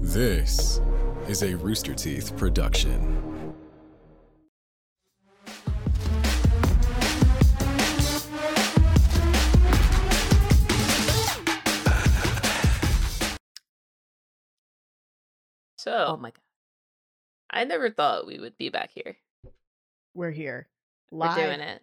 This is a Rooster Teeth production. So Oh my god. I never thought we would be back here. We're here We're live doing it.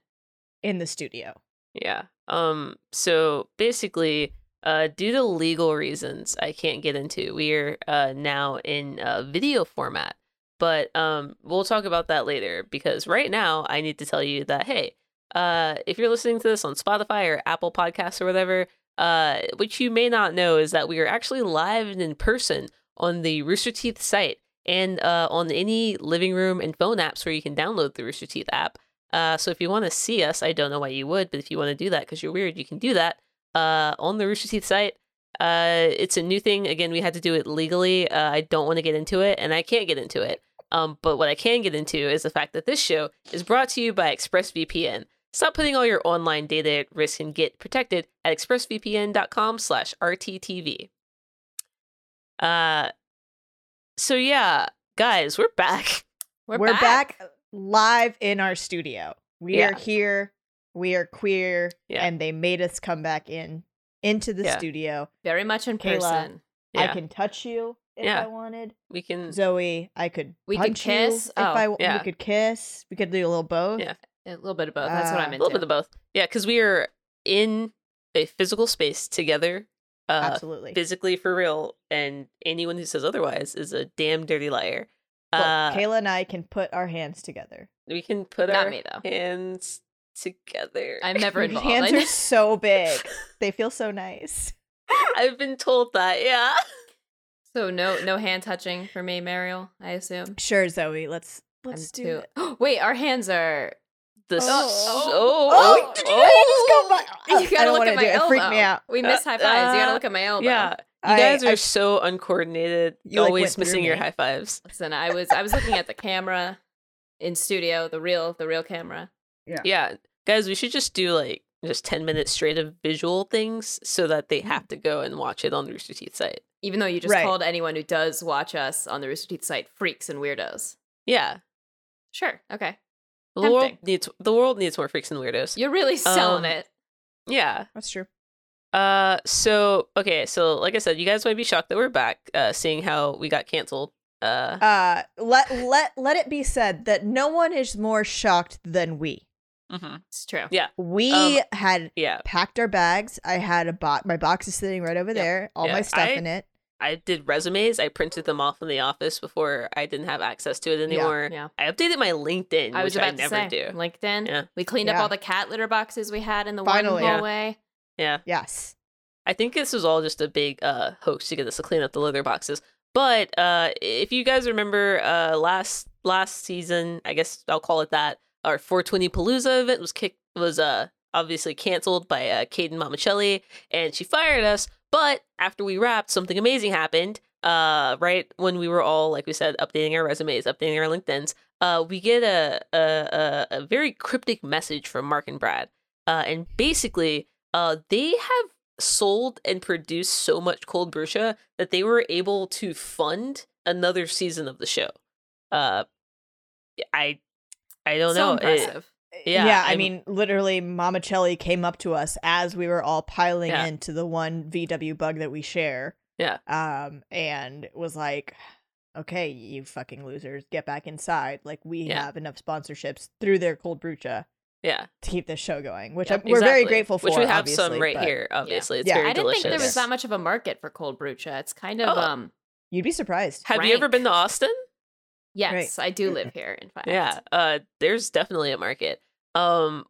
in the studio. Yeah. Um. So basically, uh, due to legal reasons, I can't get into. We are uh now in uh, video format, but um, we'll talk about that later because right now I need to tell you that hey, uh, if you're listening to this on Spotify or Apple Podcasts or whatever, uh, which you may not know is that we are actually live and in person on the Rooster Teeth site and uh, on any living room and phone apps where you can download the Rooster Teeth app. Uh, so if you want to see us, I don't know why you would, but if you want to do that because you're weird, you can do that uh, on the Rooster Teeth site. Uh, it's a new thing. Again, we had to do it legally. Uh, I don't want to get into it, and I can't get into it. Um, but what I can get into is the fact that this show is brought to you by ExpressVPN. Stop putting all your online data at risk and get protected at expressvpn.com/rttv. Uh, so yeah, guys, we're back. We're, back. uh, live in our studio. We are here. We are queer, Yeah. and they made us come back in into the Yeah. studio. Very much in Kayla. person. I Yeah, can touch you if Yeah. Mm. I wanted, we can. Zoe. I could. We could punch you kiss. if Oh, I. w- yeah. We could kiss. We could do a little both. Yeah. A little bit of both. That's what Uh, I'm a into. little bit of both. Yeah, because we are in a physical space together, uh, Absolutely. physically for real, and anyone who says otherwise is a damn dirty liar. Well, uh, Kayla and I can put our hands together. we can put Not our me, though. hands together. I'm never Your involved. hands are so big. they feel so nice. I've been told that. Yeah. so no no hand touching for me, Mariel, I assume. Sure, Zoe. Let's let's I'm do too- it. Wait, our hands are The Oh. so Oh, did you I just go by- You I gotta don't look wanna at do my it. elbow. It freaked me out. We miss high fives. you gotta Uh, look at my elbow. yeah. You Oh, I- guys I- are so uncoordinated. You, like, always went through missing your me. high fives. Listen, I was I was looking at the camera in studio, the real the real camera. Yeah. Guys, we should just do like just 10 minutes straight of visual things so that they Mm-hmm. have to go and watch it on the Rooster Teeth site. Even though you just Right. called anyone who does watch us on the Rooster Teeth site freaks and weirdos. Yeah. Sure. Okay. The world Tempting. needs the world needs more freaks and weirdos. You're really selling Um, it. Yeah. That's true. Uh so okay, so like I said, you guys might be shocked that we're back uh seeing how we got canceled. Uh Uh, let let let it be said that no one is more shocked than we. It's true. Yeah. We Um, had yeah, packed our bags. I had a bot. My box is sitting right over Yeah. there. All Yeah. my stuff I- in it. I did resumes. I printed them off in the office before I didn't have access to it anymore. Yeah. I updated my LinkedIn, I was which about I never to say, do. LinkedIn. Yeah. We cleaned Yeah. up all the cat litter boxes we had in the Finally. one Yeah. hallway. yeah. Yes. I think this was all just a big uh, hoax to get us to clean up the litter boxes. But uh, if you guys remember uh, last last season, I guess I'll call it that, our 420 Palooza event was kicked was uh, obviously canceled by uh, Caden Mamicelli, and she fired us. But after we wrapped, something amazing happened. Uh, right when we were all, like we said, updating our resumes, updating our LinkedIn's, uh, we get a a, a a very cryptic message from Mark and Brad, uh, and basically, uh, they have sold and produced so much cold brucia that they were able to fund another season of the show. Uh, I I don't so know. It- impressive. Yeah, yeah. I I'm- mean, literally, Mamacelli came up to us as we were all piling Yeah. into the one VW bug that we share. Yeah. Um, and was like, "Okay, you fucking losers, get back inside. Like, we Yeah. have enough sponsorships through their cold brucha yeah, to keep this show going, which Yeah, I'm, we're very exactly. grateful for. Which we have obviously, some right but here. Obviously, it's Yeah. very I didn't delicious. think there was delicious. that much of a market for cold brucha. It's kind of Oh. um You'd be surprised. Have you ever rank. been to Austin? yes, I do live here in fact. Yeah, uh, there's definitely a market. Um,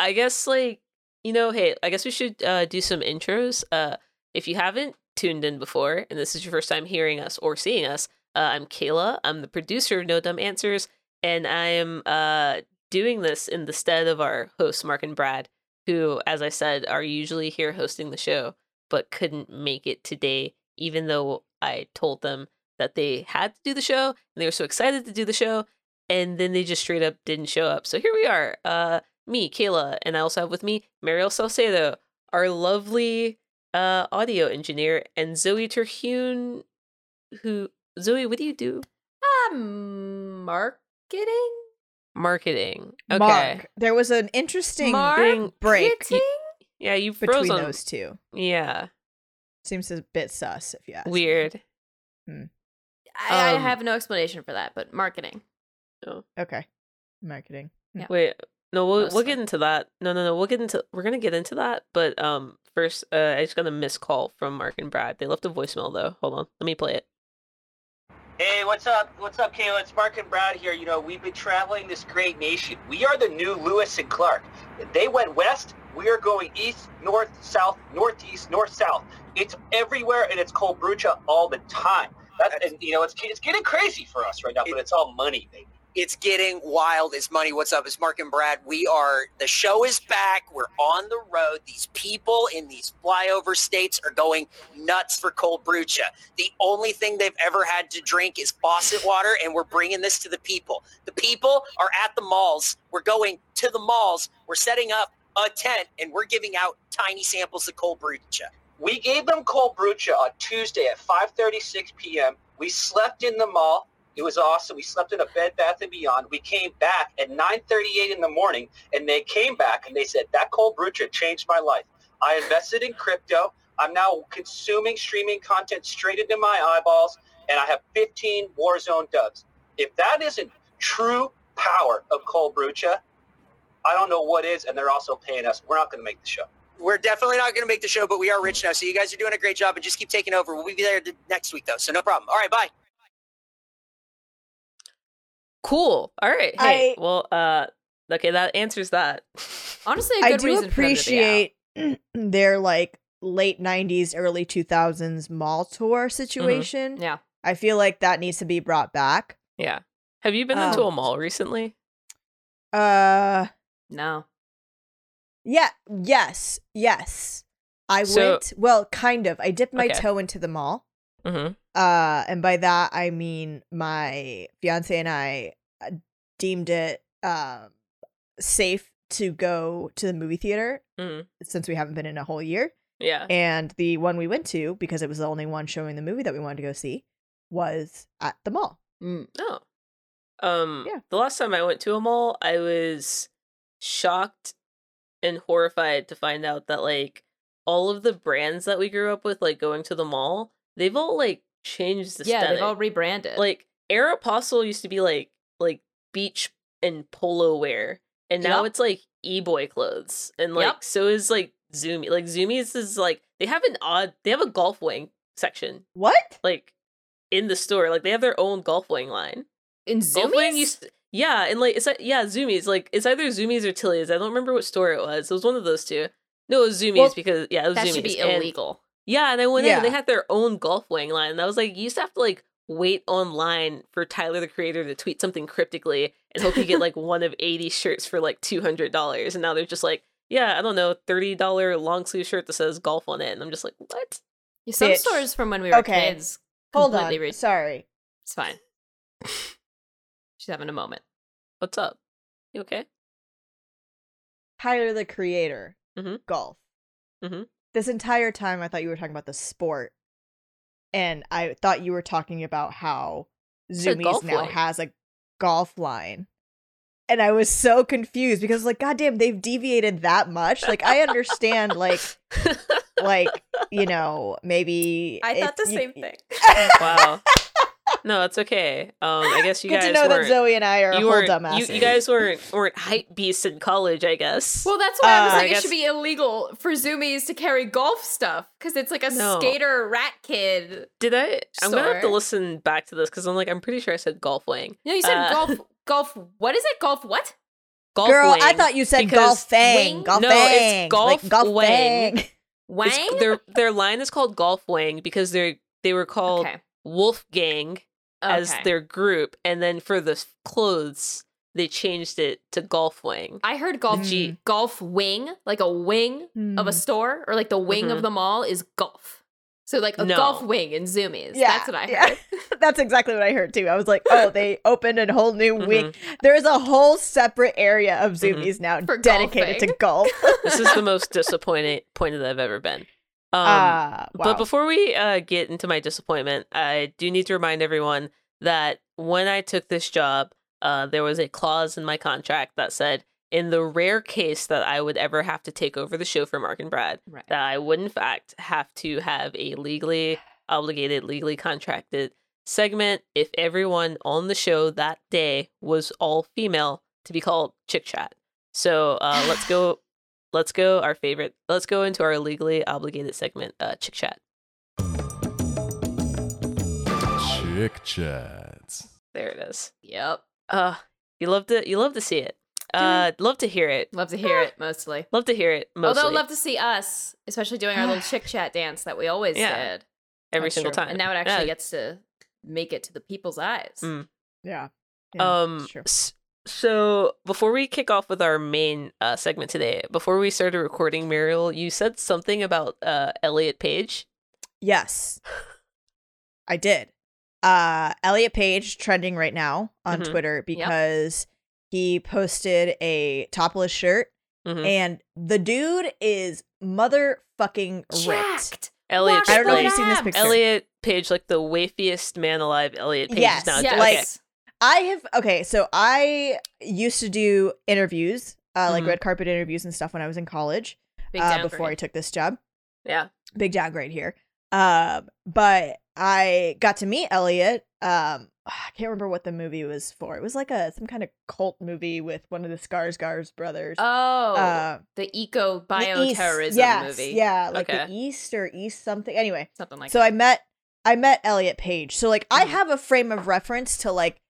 I guess like you know, hey, I guess we should uh, do some intros. Uh, if you haven't tuned in before, and this is your first time hearing us or seeing us, uh, I'm Kayla. I'm the producer of No Dumb Answers, and I am uh doing this in the stead of our hosts Mark and Brad, who, as I said, are usually here hosting the show, but couldn't make it today, even though I told them that they had to do the show and they were so excited to do the show and then they just straight up didn't show up. So here we are. Uh me, Kayla, and I also have with me Mariel Salcedo, our lovely uh audio engineer, and Zoe Terhune, who Zoe, what do you do? Ah, marketing? Marketing. Okay. Mark. There was an interesting Marketing. break Marketing? Yeah, you froze between on those two. Yeah. Seems a bit sus if you ask. me. Weird. I, I Um, have no explanation for that, but marketing. Okay. Marketing. Yeah. Wait. No, we'll we'll Mostly. get into that. No, no, no. We'll get into we're gonna get into that, but um first uh I just got a missed call from Mark and Brad. They left a voicemail though. Hold on. Let me play it. Hey, what's up? What's up, Kayla? It's Mark and Brad here. You know, we've been traveling this great nation. We are the new Lewis and Clark. They went west. We are going east, north, south, northeast, north, south. It's everywhere, and it's cold brucha all the time. That's, and, you know, it's, it's getting crazy for us right now, but it's all money, baby. It's getting wild. It's money. What's up? It's Mark and Brad. We are, the show is back. We're on the road. These people in these flyover states are going nuts for cold brucha. The only thing they've ever had to drink is faucet water, and we're bringing this to the people. The people are at the malls. We're going to the malls. We're setting up a tent, and we're giving out tiny samples of cold brucha. We gave them cold brucha on Tuesday at 5:36 p.m. We slept in the mall. It was awesome. We slept in a Bed Bath and Beyond. We came back at 9:38 in the morning, and they came back and they said that cold brucha changed my life. I invested in crypto. I'm now consuming streaming content straight into my eyeballs, and I have 15 Warzone dubs. If that isn't true power of cold brucha, I don't know what is. And they're also paying us. We're not going to make the show. We're definitely not going to make the show, but we are rich now. So you guys are doing a great job and just keep taking over. We'll be there th- next week, though. So no problem. All right. Bye. Cool. All right. Hey. I- Well, uh okay, that answers that. Honestly, a I good do reason appreciate their like late 90s, early 2000s mall tour Mm-hmm. situation. for them to be out. I feel like that needs to be brought back. yeah. Have you been into Um, a mall recently? Uh Yeah. No. yeah, yes, yes. I So- went well, kind of. I dipped my Okay. toe into the mall. Mm-hmm. Uh and by that I mean my fiance and I uh, deemed it um safe to go to the movie theater Mm-hmm. Mhm. since we haven't been in a whole year. Yeah. And the one we went to, because it was the only one showing the movie that we wanted to go see, was at the mall. Mm. No. Um Yeah. the last time I went to a mall, I was shocked and horrified to find out that like all of the brands that we grew up with like going to the mall, they've all like changed the Yeah, aesthetic. they've all rebranded. like Aeropostale used to be like like beach and polo wear, and now Yup. it's like e-boy clothes. And like Yup. so is like Zoomy. Like Zoomies is like they have an odd they have a golf wing section What? like in the store. Like they have their own golf wing line. in Golf Wing Zoomies? used to- yeah, and like it's like- yeah, Zoomies. Like it's either Zoomies or Tilly's. I don't remember what store it was. It was one of those two. No, it was Zoomies Well, because yeah, it was that oh, Zoomies. should be and- illegal. yeah, and I went in and they Yeah. had their own golf wing line. And I was like, you used to have to like wait online for Tyler the creator to tweet something cryptically and hope you get like one of 80 shirts for like $200. And now they're just like, yeah, I don't know, $30 long sleeve shirt that says golf on it. And I'm just like, what? Some Bitch. stores from when we were Okay. kids. Hold on. completely re- Sorry. it's fine. She's having a moment. What's up? You okay? Tyler the creator. Mhm. Golf. Mhm. This entire time I thought you were talking about the sport. And I thought you were talking about how a Zoomies golf now line. has a golf line. And I was so confused because like, goddamn, they've deviated that much. Like I understand like like, you know, maybe I thought if the you- same thing. wow. No, it's okay. Um, I guess you Good guys to know that weren't, Zoe and I are you, whole weren't you, dumbasses. you guys weren't weren't hype beasts in college, I guess. Well, that's why I was Uh, like, I it should be illegal for Zoomies to carry golf stuff because it's like a No. skater rat kid. Did I? I'm gonna have to Sure. listen back to this because I'm like I'm pretty sure I said golf wing. No, you said Uh, golf. Golf. What is it? Golf. What? Golf Girl, wing. I thought you said because golf fang. wing- Golf No, it's fang. golf like, golf wang. fang. Wang. It's- their their line is called golf wing because they are they were called okay. Wolfgang as Okay. their group, and then for the s- clothes they changed it to golf wing. I heard golf. Mm. Golf wing, like a wing of a store, or like the wing Mhm. of the mall is golf. So like a No. golf wing in Zoomies. Yeah, That's what I yeah. heard. That's exactly what I heard too. I was like, oh, they opened a whole new Mm-hmm. wing. There's a whole separate area of Mhm. Zoomies now For dedicated to golf. This is the most disappointed pointed I've ever been. Um, Ah, wow. But before we uh, get into my disappointment, I do need to remind everyone that when I took this job, uh, there was a clause in my contract that said, in the rare case that I would ever have to take over the show for Mark and Brad, Right. that I would in fact have to have a legally obligated, legally contracted segment if everyone on the show that day was all female to be called chick chat. So uh, let's go, let's go. Our favorite, let's go into our legally obligated segment, uh, chick chat. Chick chats. There it is. Yep. Uh, you love to you love to see it. Uh, love to hear it. Love to hear it mostly. Love to hear it. Mostly, Although love to see us, especially doing our little chick chat dance that we always Yeah. did. every That's single true. time. And now it actually Yeah, gets to make it to the people's eyes. Mm. yeah. Yeah, Um, it's true. s- so before we kick off with our main uh, segment today, before we started recording, Muriel, you said something about uh, Elliot Page. Yes. I did. Uh Elliot Page trending right now on Mm-hmm. Mhm. Twitter because he posted a topless shirt Mm-hmm. Mhm. and the dude is motherfucking ripped. Jacked. Elliot, Watch I don't know if Page- you've seen this abs. picture. Elliot Page, like the wafiest man alive. Elliot Page Yes, is now yeah, dead. like- Okay. I have okay, so I used to do interviews, uh like Mhm. red carpet interviews and stuff when I was in college Mm-hmm. Big uh, downgrade. before I took this job. Yeah. Big downgrade here. Um, but I got to meet Elliot. Um, I can't remember what the movie was for. It was like a some kind of cult movie with one of the Skarsgård's brothers. Oh, Uh, the eco the bioterrorism East- yes, movie. Oh Yeah, like Okay. the East or East something. Anyway, Something like so that. I met I met Elliot Page. So like I Mm-hmm. Mhm. have a frame of reference to like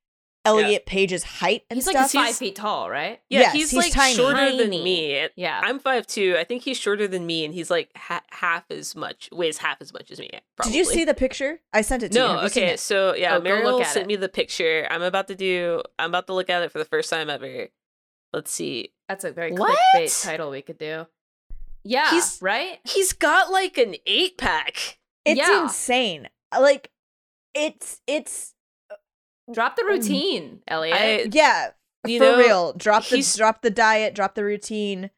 Elliot Page's height and He's like stuff. five feet tall, right? Yeah, yes, he's, he's like tiny. shorter than Tiny. me. Yeah. I'm five two. I think he's shorter than me, and he's like ha- half as much weighs half as much as me. Probably. Did you see the picture? I sent it to you. No, Have you seen okay, it? so yeah, Oh, go Meryl look at sent it. me the picture. I'm about to do. I'm about to look at it for the first time ever. Let's see. That's a very What? clickbait title we could do. Yeah, He's- right. He's got like an eight pack. It's Yeah. insane. Like it's it's Drop Mm. the routine, Elliot. I- yeah, You for know, real. Drop the he's- drop the diet, drop the routine.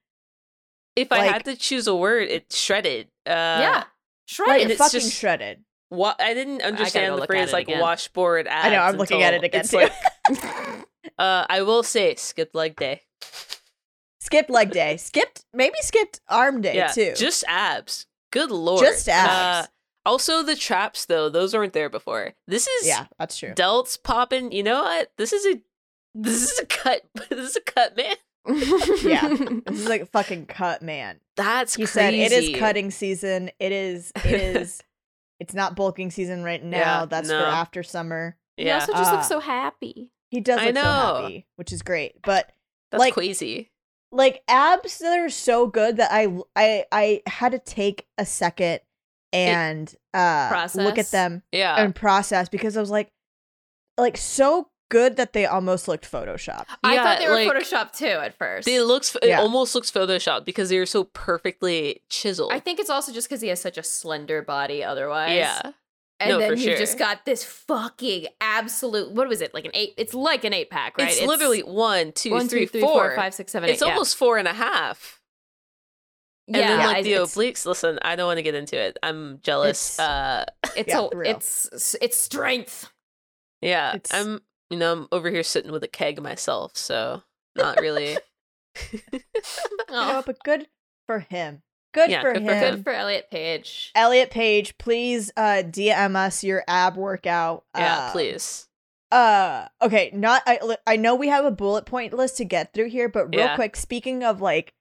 If I Like- had to choose a word, it's shredded. Uh, yeah, Like shredded. it's fucking just- shredded. Wa- I didn't understand go the look at phrase it like again. washboard abs. I know, I'm looking at it until again it's too. like- uh, I will say skipped leg day. skipped leg day. Skipped maybe skipped arm day yeah, too. just abs. Good lord, Just abs. Uh, also, the traps though; those weren't there before. This is yeah, that's true. delts popping. You know what? This is a this is a cut. This is a cut, man. Yeah. This is like fucking cut, man. That's He crazy. said it is cutting season. It is it is it's not bulking season right now. Yeah, that's no. for after summer. He Yeah, also just Ah. looks so happy. He does I look so know. happy, which is great. But that's like- crazy. like abs that are so good that I I I had to take a second and uh look process. at them Yeah, and process because I was like like so good that they almost looked photoshopped. I Yeah, thought they were like- photoshopped too at first. it looks. It Yeah. almost looks photoshopped because they are so perfectly chiseled. I think it's also just because he has such a slender body otherwise. Yeah, And No, then for he sure. just got this fucking absolute what was it? Like an eight it's like an eight pack, right? it's, literally one, two, one, three, two, three, four, four. five, six, seven, eight. It's almost four and a half. yeah, and then yeah like I- the it's, obliques. Listen, I don't want to get into it. I'm jealous. It's- uh, it's Yeah, a- for real. it's it's strength. yeah, it's- I'm. You know, I'm over here sitting with a keg myself, so not really. You know, Oh, but good for him. Good Yeah, for good him. for him. good for Elliot Page. Elliot Page, please uh DM us your ab workout. yeah, Ah. Um, please. Uh okay, not I li- I know we have a bullet point list to get through here, but real Yeah. quick, speaking of like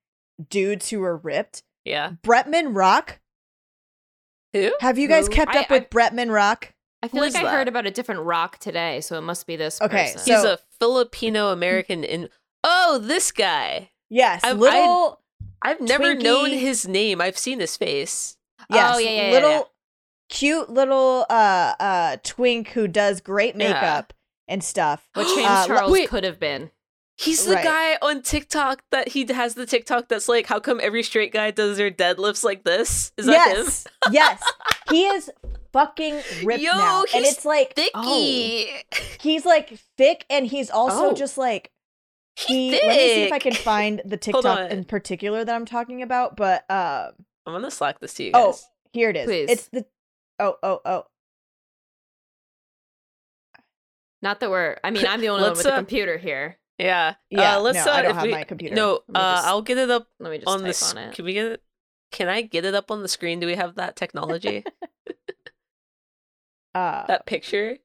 dudes who are ripped, Yeah. Bretman Rock Who? Have you guys Who? kept I- up with Bretman Rock? I feel Who like is I that? heard about a different rock today, so it must be this Okay, person. so- He's a Filipino American in Oh, this guy. Yes, I've- little. I've never known Twinkie. his name. I've seen his face. yes, Oh, yeah, yeah, yeah, little yeah. cute little uh uh twink who does great Yeah. makeup and stuff. what Uh, James le- Charles wait. could have been. He's the Right. guy on TikTok that he has the TikTok that's like, how come every straight guy does their deadlifts like this? Is that him? yes, yes, he is fucking ripped Yo, now, and he's it's like Thicky. Oh. he's like thick, and he's also Oh. just like he. He's Let me see if I thick. can find the Hold TikTok on. in particular that I'm talking about, but um. I'm gonna slack this to you Oh, guys. Here it is. Please. It's the oh oh Uh, oh. Not that we're. I mean, I'm the only one Let's, with the uh, computer here. Yeah. Yeah, Uh, let's. no, uh, I don't if have we- my computer. No. Let me Uh, just I'll get it up Let me just on type the. sc- on it. Can we get it? Can I get it up on the screen? Do we have that technology? Uh, that picture?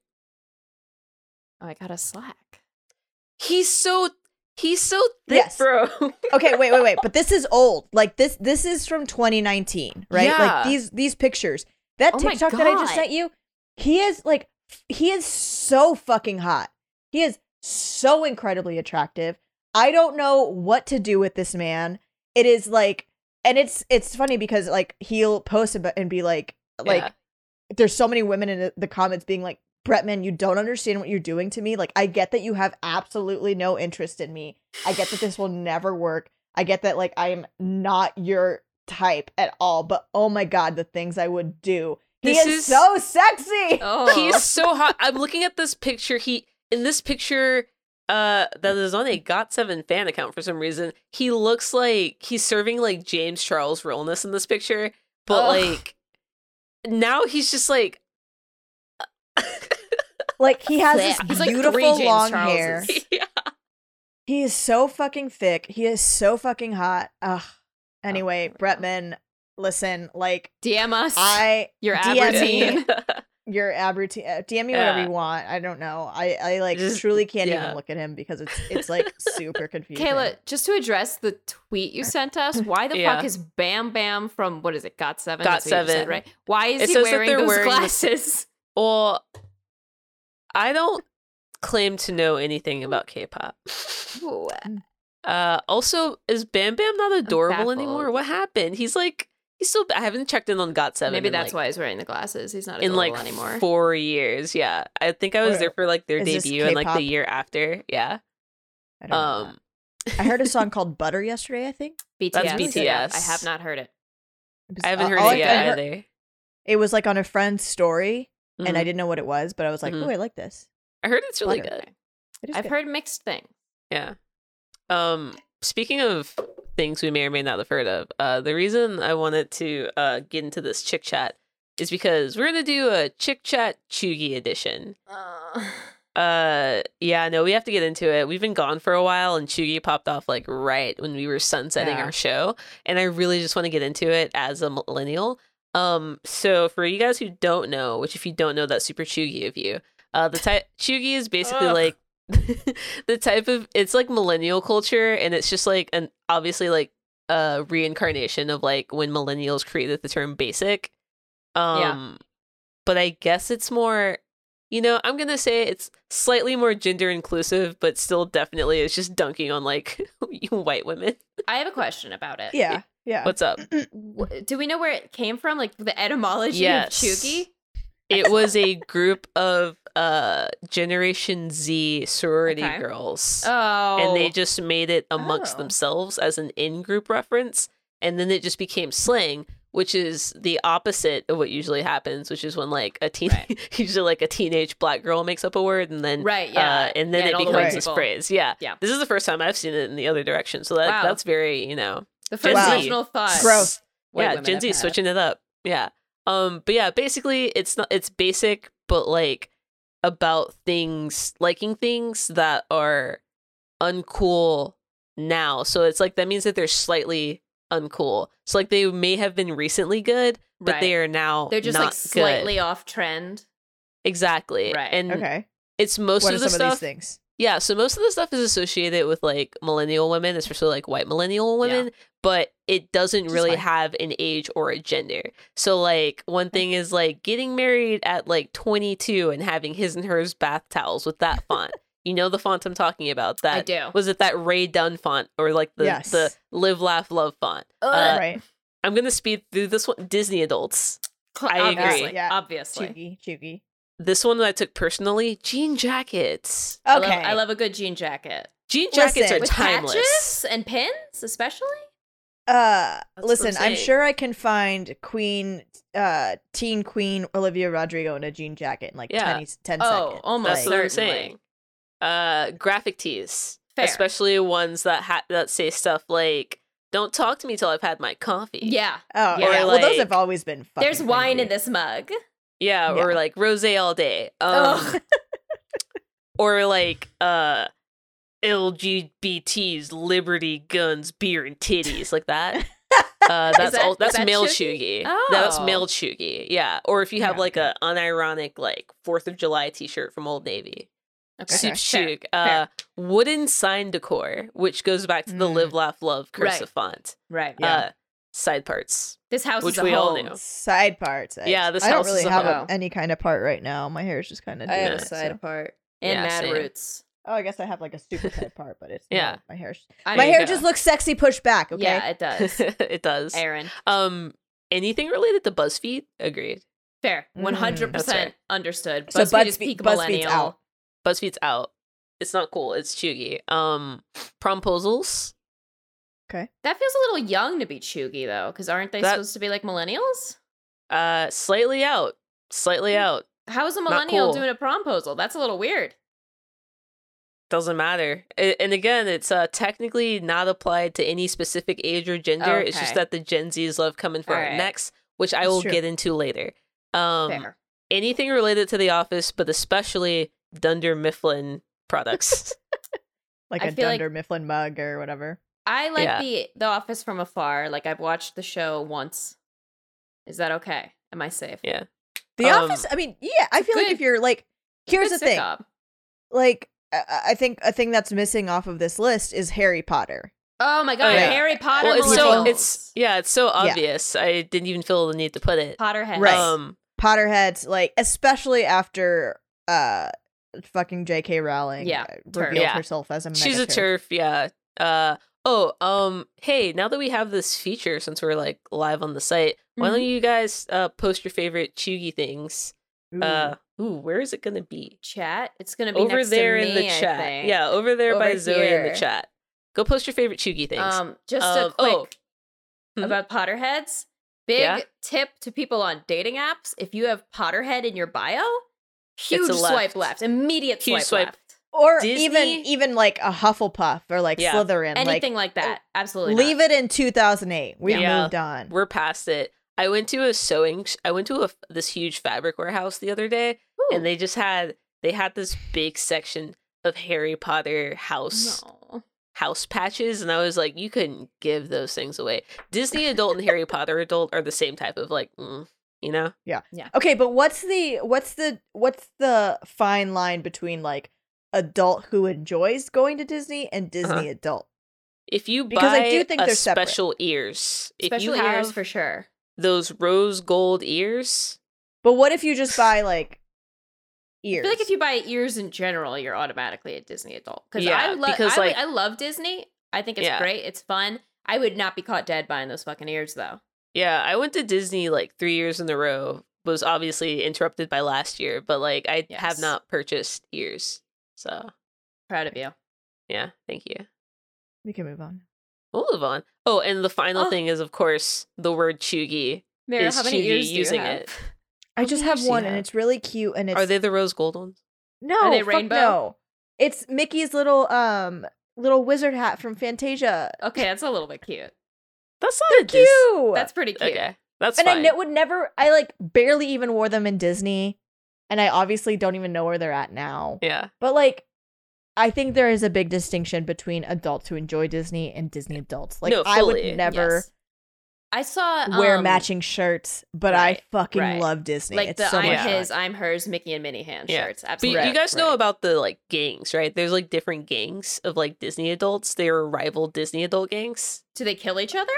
Oh, I got a Slack. He's so. He's so thick, Yes. bro. okay, wait, wait, wait. But this is old. Like this this is from 2019, right? Yeah. Like these these pictures. That Oh my TikTok that I just God. sent you, he is like f- he is so fucking hot. He is so incredibly attractive. I don't know what to do with this man. It is like and it's it's funny because like he'll post about and be like like Yeah. there's so many women in the- the comments being like Bretman, you don't understand what you're doing to me. Like, I get that you have absolutely no interest in me. I get that this will never work. I get that, like, I am not your type at all. But oh my God, the things I would do. He This is, is- so sexy. Oh, He's so hot. I'm looking at this picture. He in this picture uh that is on a Got7 fan account for some reason. He looks like he's serving like James Charles realness in this picture, but Ugh. like now he's just like Like, he has this He's like three beautiful James long Charleses. hair. yeah. He is so fucking thick. He is so fucking hot. Ugh. Oh, Anyway, Bretman, listen, like, DM us. I. your DM ad me. routine. your ab routine uh, dm me whatever Yeah. you want i don't know i i like Just- truly can't yeah. even look at him because it's it's like super confusing Kayla, just to address the tweet you sent us, why the Yeah. fuck is Bam Bam from what is it? Got seven. Got That's what you just Seven. said, right? Why is It he says that wearing they're those wearing the- glasses? Well, I don't claim to know anything about K-pop. Ooh. Uh also is Bam Bam not adorable baffled. anymore? What happened? He's like he's still I haven't checked in on Got7. Maybe in, that's like, why he's wearing the glasses. He's not in like adorable anymore. four years. Yeah, I think I was Or- there for like their is this debut and like the K-pop? year after. Yeah. I, don't know Um. that. I heard a song called butter yesterday i think BTS. That's BTS. I have not heard it. It was- I haven't uh, heard all it I- yet I heard- either. it was like on a friend's story and Mhm. i didn't know what it was but i was like Mhm. oh i like this I heard it's really Butter. good. Okay. It is I've good. heard mixed things. Yeah. Um. Speaking of things we may or may not have heard of, uh, the reason I wanted to uh get into this chick chat is because we're gonna do a chick chat Chugi edition. Uh, yeah, no, we have to get into it. We've been gone for a while, and Chugi popped off like right when we were sunsetting Yeah. our show, and I really just want to get into it as a millennial. Um, so for you guys who don't know, which if you don't know, that's super Chugi of you. Uh, the type Chugi is basically Ugh. like the type of it's like millennial culture, and it's just like an obviously like a reincarnation of like when millennials created the term basic. Yeah. Um, but I guess it's more you know, I'm gonna say it's slightly more gender inclusive, but still definitely it's just dunking on like white women. I have a question about it. yeah yeah What's up? Wh- Do we know where it came from? Like the etymology Yes. of Chugi? It was a group of uh Generation Z sorority Okay. girls. Oh. And they just made it amongst Oh. themselves as an in group reference. And then it just became slang, which is the opposite of what usually happens, which is when like a teen usually like a teenage black girl makes up a word and then Right, yeah. uh, and then Yeah, it all the becomes white this people. phrase. Yeah. Yeah. This is the first time I've seen it in the other direction. So that Wow. that's very, you know, The Gen first Z. original thought. Growth. white yeah, women Gen have Z had. switching it up. Yeah. Um, but yeah, basically it's not it's basic, but like about things liking things that are uncool now. So it's like that means that they're slightly uncool. So like they may have been recently good, but Right. they are now They're just not like slightly good. off trend. exactly Right. And okay it's most what are of some the of stuff these things yeah, so most of the stuff is associated with like millennial women, especially like white millennial women, but it doesn't Which is really fine. have an age or a gender. So like one thing is like getting married at like 22 and having his and hers bath towels with that font. you know the font I'm talking about. I That do. was it that Ray Dunn font or like the Yes. Oh, the live laugh love font. Ugh. uh, right I'm going to speed through this one Disney adults. Cl- I agree. obviously, Yeah. Obviously. chuggy chuggy This one that I took personally, jean jackets. okay I love, I love a good jean jacket. Jean jackets Oh, Listen. are With timeless. patches and pins, especially? Uh, That's what I'm listen, I'm saying. sure I can find Queen, uh, teen Queen Olivia Rodrigo in a jean jacket in like Yeah. 10, 10 oh, seconds. almost That's what I'm certainly. saying. Uh, graphic tees, Fair. especially ones that ha- that say stuff like Don't talk to me till I've had my coffee. Yeah. Oh, Yeah. yeah. well, those have Like- always been fun. There's wine in this mug. Yeah, or Yeah. like rosé all day. Um, Ugh. or like uh LGBTs, liberty, guns, beer, and titties, like that. Uh, that's that- all. is That's that male chuggy? chuggy. That's Oh. male chuggy. Yeah. Or if you have Yeah, like a unironic like Fourth of July T-shirt from Old Navy, Okay. super Fair. chug. Uh, wooden sign decor, which goes back to the Mm. live, laugh, love cursive Right. font. Right. Yeah. Uh, side parts. this house which is a we all home. knew. side parts. I, Yeah, this I don't house really is a have hoe. a, any kind of part right now. My hair is just kind of. I have Yeah, a side part and Yeah, mad same. roots. Oh, I guess I have like a super tight part, but it's Yeah. not- My hair. I My mean, hair yeah. just looks sexy pushed back. Okay. Yeah, it does. it does. Aaron, Um, anything related to BuzzFeed? Agreed. fair, Mm. one hundred That's percent fair. understood. So BuzzFeed is Buzzfeed- peak Buzzfeed's millennial. out. BuzzFeed's out. It's not cool. It's chuggy. Um, promposals. That feels a little young to be chuggy though, because aren't they That- supposed to be like millennials? Uh, slightly out. Slightly Hmm. out. How is a Not millennial cool. doing a promposal? That's a little weird. Doesn't matter. A- And again, it's uh, technically not applied to any specific age or gender. It's just Okay. that the Gen Zs love coming for it Alright. next, which I That's will true. get into later. Um, Fair. anything related to The Office, but especially Dunder Mifflin products. Like I a feel like- Dunder Mifflin mug or whatever. I like Yeah. the The Office from afar. Like I've watched the show once. Is that okay? Am I safe? Yeah. The Um, Office. I mean, yeah. I feel like good- if you're like, here's the Good thing. sitcom. Like, I, I think a thing that's missing off of this list is Harry Potter. Oh my god, yeah. Harry Potter. well, it's so millennials. it's yeah, it's so Yeah. obvious. I didn't even feel the need to put it. Potterhead. Right. Um, Potterheads, like especially after uh fucking J.K. Rowling Yeah, uh, turf. revealed Yeah. herself as a mega she's a turf yeah uh oh um hey now that we have this feature since we're like live on the site why don't you guys uh post your favorite chuggy things Ooh. uh ooh where is it gonna be chat. It's gonna be over next to there in the me, I chat think. yeah over there by Over zoe in here. the chat go post your favorite chuggy things Um, just Um, a quick oh. Hmm? about Potterheads. Big Yeah? tip to people on dating apps: if you have Potterhead in your bio, a huge swipe left. left, immediate Huge swipe, swipe. left, or even Disney- even like a Hufflepuff or like Yeah. Slytherin, anything like oh, like, that. Absolutely, leave it in 2008. We've Yeah. moved on. we're past it i went to a sewing sh- i went to a this huge fabric warehouse the other day Oh. and they just had they had this big section of harry potter house No. house patches and i was like you couldn't give those things away disney adult and harry potter adult are the same type of like mm, you know Okay, but what's the what's the what's the fine line between like adult who enjoys going to Disney and Disney Uh-huh. adult? if you Because I buy do think a they're separate. special ears if you Special have ears for sure. those rose gold ears But what if you just buy like I ears? feel like if you buy ears in general, you're automatically a Disney adult. Yeah, I love, because, I, like- I love Disney. I think it's Yeah. great. It's fun. I would not be caught dead buying those fucking ears though. yeah i went to disney like three years in a row was obviously interrupted by last year but like i have Yes. not purchased ears so Proud of you. yeah thank you we can move on. we'll move on oh and the final Oh. thing is of course the word chuggy Mira, is how many Chuggy ears do you using have? it Oh, I just many have ears do you one, and have? it's really cute, and it's are they the rose gold ones no Are they fuck rainbow? No, it's Mickey's little um little wizard hat from Fantasia. Okay, that's a little bit cute. That's not a Cute. Dis- That's pretty cute. okay. That's and I fine. ne- would never. I like barely even wore them in Disney, and I obviously don't even know where they're at now. yeah, But like, I think there is a big distinction between adults who enjoy Disney and Disney adults. Like, No, I fully, would never Yes. I saw wear um, matching shirts, but right, I fucking right. love Disney. like it's the so I'm much his, fun. I'm hers, Mickey and Minnie hand Yeah. shirts. but Absolutely. you guys know right. about the like gangs, right? There's like different gangs of like Disney adults. They are rival Disney adult gangs. Do they kill each other?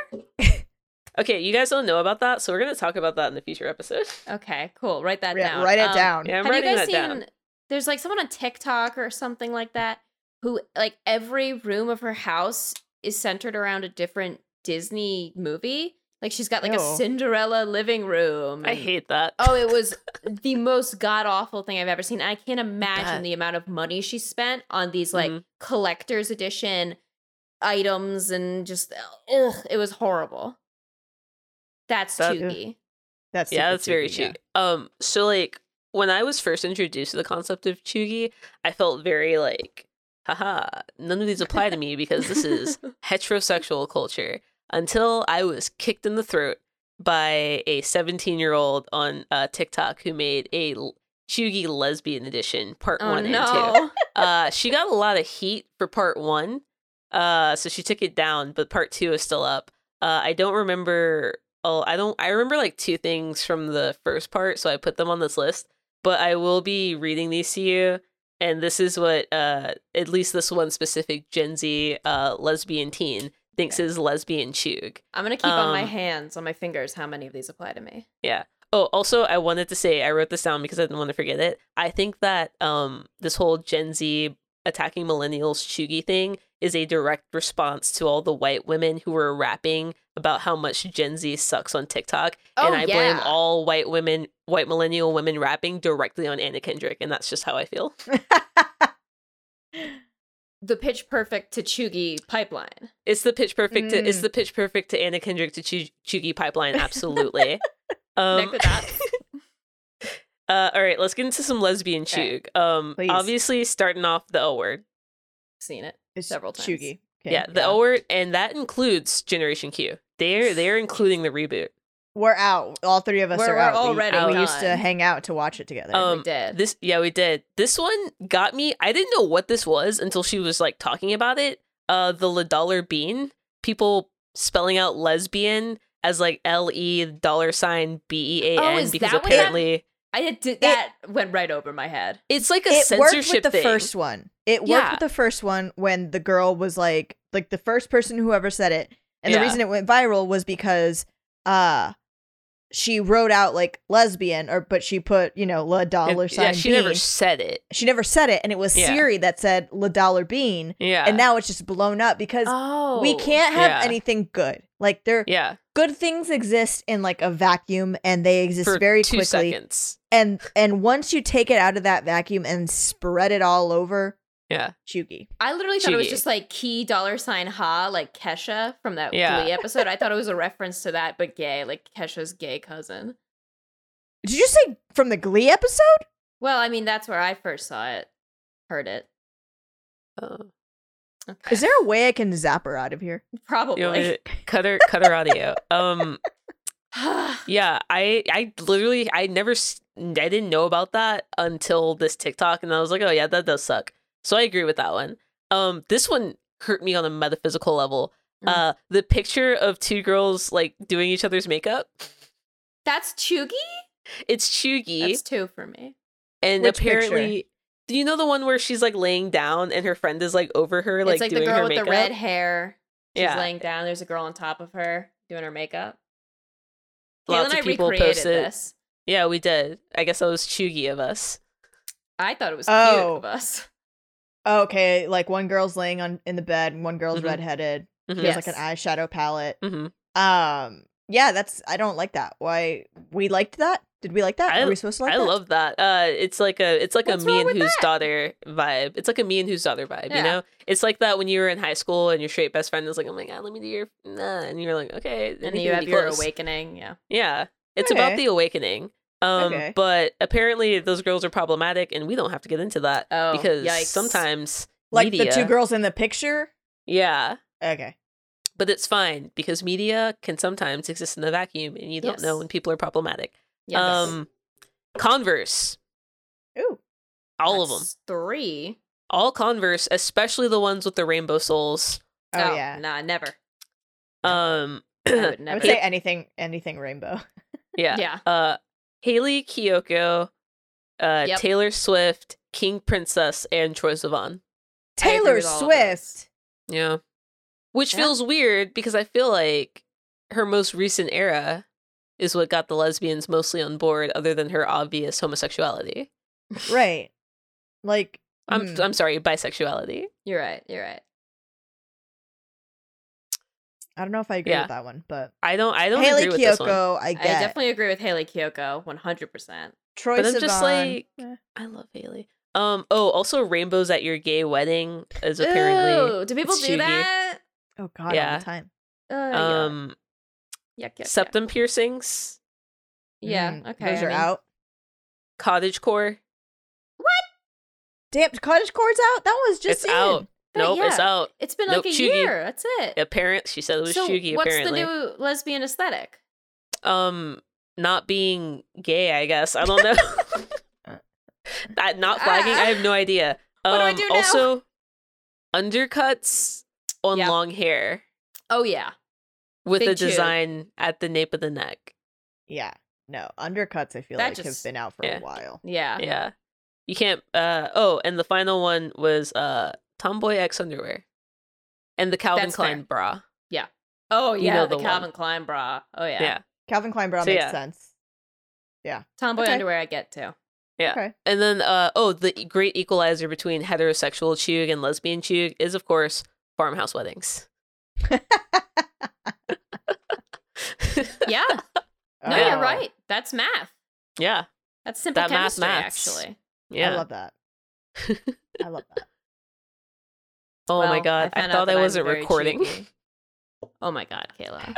Okay, you guys don't know about that, so we're gonna talk about that in a future episode. Okay, cool. Write that Yeah, down. write it Um, down. Yeah, I'm Oh, have you writing guys that down. seen? There's like someone on TikTok or something like that who like every room of her house is centered around a different Disney movie. Like she's got like a Ew. Cinderella living room. I and- hate that. Oh, it was the most god awful thing I've ever seen. I can't bet. imagine the amount of money she spent on these like Mhm. collector's edition items and just ugh, it was horrible. That's That- Chugi. That's yeah, super that's very cheeky, cheap. Um, so like when I was first introduced to the concept of chuggy, I felt very like, haha, none of these apply to me because this is heterosexual culture. until I was kicked in the throat by a 17 year old on uh, TikTok who made a l- Chugi lesbian edition part Oh one and two. no. Uh, she got a lot of heat for part one, uh, so she took it down, but part two is still up. Uh, I don't remember. Oh, I don't. I remember like two things from the first part, so I put them on this list. But I will be reading these to you, and this is what uh, at least this one specific Gen Z uh, lesbian teen thinks is lesbian chug. I'm gonna keep on my Um, hands, on my fingers, how many of these apply to me. Oh, also, I wanted to say I wrote this down because I didn't want to forget it. I think that um, this whole Gen Z attacking millennials chuggy thing is a direct response to all the white women who were rapping about how much Gen Z sucks on TikTok, Oh, and I blame yeah. all white women, white millennial women rapping directly on Anna Kendrick, and that's just how I feel. The pitch perfect to Chugi pipeline. It's the pitch perfect. To, it's Mm. the pitch perfect to Anna Kendrick to Chu- chuggy pipeline. Absolutely. um, Connect the dots. uh, all right, let's get into some lesbian chug. Alright, Um, please. obviously, starting off the O word. Seen it. It's Several times. Chugi. Okay, yeah, the O word, and that includes Generation Q. They're they're including the reboot. We're out. All three of us We're- are we're out. already we, we used to done. hang out to watch it together. Um, we did. This yeah, we did. This one got me. I didn't know what this was until she was like talking about it. Uh, the La Dollar Bean. People spelling out lesbian as like L E dollar sign B E A Oh, N is because that what that- apparently I did- did that went right over my head. it's like a it worked censorship with the thing. first one. It worked Yeah. with the first one when the girl was like, like the first person who ever said it, and the Yeah. reason it went viral was because, uh, she wrote out like lesbian, or but she put you know la dollar sign. yeah, she bean. never said it. she never said it, and it was Yeah. Siri that said la dollar bean, Yeah, and now it's just blown up because Oh, we can't have yeah. anything good. Like there, yeah, good things exist in like a vacuum, and they exist for very two quickly seconds. and and once you take it out of that vacuum and spread it all over, Yeah. Chugi. I literally thought it was Chugi. just like key dollar sign ha, like Kesha from that Yeah. Glee episode. I thought it was a reference to that, but gay, like Kesha's gay cousin. Did you say from the Glee episode? Well, I mean, that's where I first saw it, heard it. Uh, Okay. Is there a way I can zap her out of here? probably? you want me to cut her cut her audio. Um. Yeah, I I literally I never s- I didn't know about that until this TikTok and I was like, "Oh yeah, that does suck." So I agree with that one. Um this one hurt me on a metaphysical level. Mm. Uh the picture of two girls like doing each other's makeup. that's Chugi. It's Chugi That's two for me. and Which picture? apparently do you know the one where she's like laying down and her friend is like over her like, it's like doing the girl her with makeup? the red hair. She's Yeah. laying down. There's a girl on top of her doing her makeup. Kayla Lots and I of people recreated posted. this. Yeah, we did. I guess that was Chugi of us. I thought it was cute Oh. of us. Okay, like one girl's laying on in the bed, and one girl's Mhm. redheaded. She Mhm. has like an eyeshadow palette. Mhm. Um, yeah, that's I don't like that. Why we liked that? Did we like that? I- Are we supposed to like I that? love that. Uh, it's like a it's like What's a me wrong and with whose that? daughter vibe. It's like a me and whose daughter vibe. Yeah. You know, it's like that when you were in high school and your straight best friend is like, "Oh my god, let me do your," nah. and you're like, "Okay," And anything you would have be your close. awakening. Yeah. Yeah, it's about Okay. the awakening. Um, Okay. but apparently those girls are problematic, and we don't have to get into that Oh, because yikes. sometimes like media, the two girls in the picture. yeah. Okay, But it's fine because media can sometimes exist in a vacuum, and you don't know Yes. when people are problematic. Yes. Um, Converse, ooh, all of them. That's Three. all Converse, especially the ones with the rainbow soles. oh, yeah. Nah, never. Um, I would I never. would say anything, anything rainbow. yeah. yeah. Uh, Haley Kiyoko, uh, Yep. Taylor Swift, King Princess, and Troy Sivan. I agree Taylor with all of those. Swift. Yeah, which Yeah. feels weird because I feel like her most recent era is what got the lesbians mostly on board, other than her obvious homosexuality. right like I'm hmm. I'm sorry, bisexuality. You're right. You're right. i don't know if i agree Yeah. with that one but I don't I don't haley agree with this one. kyoko i I get definitely agree with Haley Kyoko 100%. troy But I'm just Sivan. like- Eh. I love Haley. Um. Oh, also rainbows at your gay wedding is apparently. Ew, Oh, do people it's do Chugi. that? oh god all Yeah. the time Uh, yeah. um yuck, yuck, yuck. septum piercings Yeah. Mm, okay. those I are mean, out cottage core damn cottage cords out that was just It's in. out. But nope, it's Oh, yeah, out. It's been Nope, like a Chugi. year. That's it. Apparent. She said it was so Shugi. what's Apparently, the new lesbian aesthetic? um, not being gay. I guess I don't know. That- not flagging. I have no idea. Um, What do I do now? Also, undercuts on Yeah. long hair Oh yeah, with Big a chew. design at the nape of the neck. Yeah. No, undercuts I feel That like have just- been out for yeah. a while. yeah. Yeah, you can't. Uh oh, and the final one was uh Tomboy X underwear, and the Calvin That's Klein fair. bra. Oh You yeah, know the, the Calvin one. Klein bra. Oh yeah, Yeah. Calvin Klein bra So, makes yeah. sense. Tomboy Okay. underwear. I get too. Okay. And then, uh, oh, the e- great equalizer between heterosexual chug and lesbian chug is, of course, farmhouse weddings. Yeah, no, Yeah. Oh. you're right. That's math. yeah, That's simple That math chemistry, maths. actually. I yeah. love that. I love that. oh my Well, god, I, found out thought that I I'm wasn't very recording. cheeky. Oh my god, Kayla,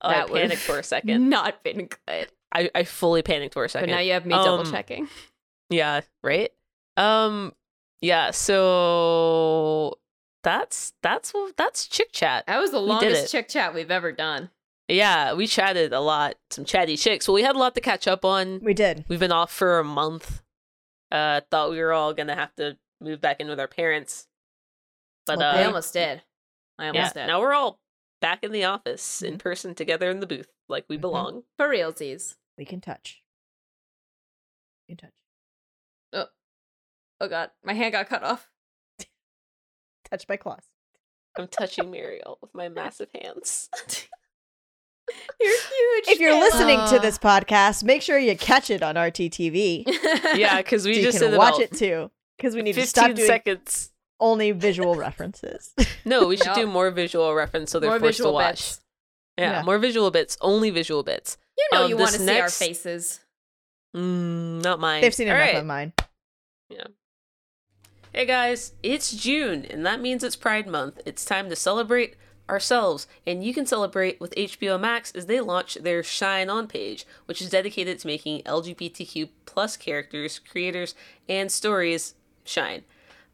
I That would've Oh, panicked for a second. not been good. I, I fully panicked for a But second. now you have me double Um, checking. yeah, right. Um, yeah. So that's that's what- that's chick chat. That was the did it. longest chick chat we've ever done. Yeah, we chatted a lot. Some chatty chicks. Well, we had a lot to catch up on. We did. We've been off for a month. Uh, thought we were all gonna have to move back in with our parents, but Well, I uh, almost did. I yeah, almost did. now we're all back in the office Mm-hmm. in person together in the booth like we Mhm. belong. For realsies. We can touch. We can touch. Oh god, my hand got cut off. Touch by claws. I'm touching Muriel with my massive hands. You're huge. If you're Kayla. listening to Uh, this podcast, make sure you catch it on RTTV. yeah, because we so just you said can watch about it too. Because we need to 15 stop doing seconds. only visual references. No, we should Yep. do more visual reference so they're More forced to visual watch. bits. Yeah, Yeah. more visual bits, only visual bits. You know Um, you this want to see our next- faces. Mm, not mine. They've seen All enough right. of mine. Hey guys, it's June, and that means it's Pride Month. It's time to celebrate ourselves, and you can celebrate with HBO Max as they launch their Shine On page, which is dedicated to making LGBTQ plus characters, creators, and stories shine.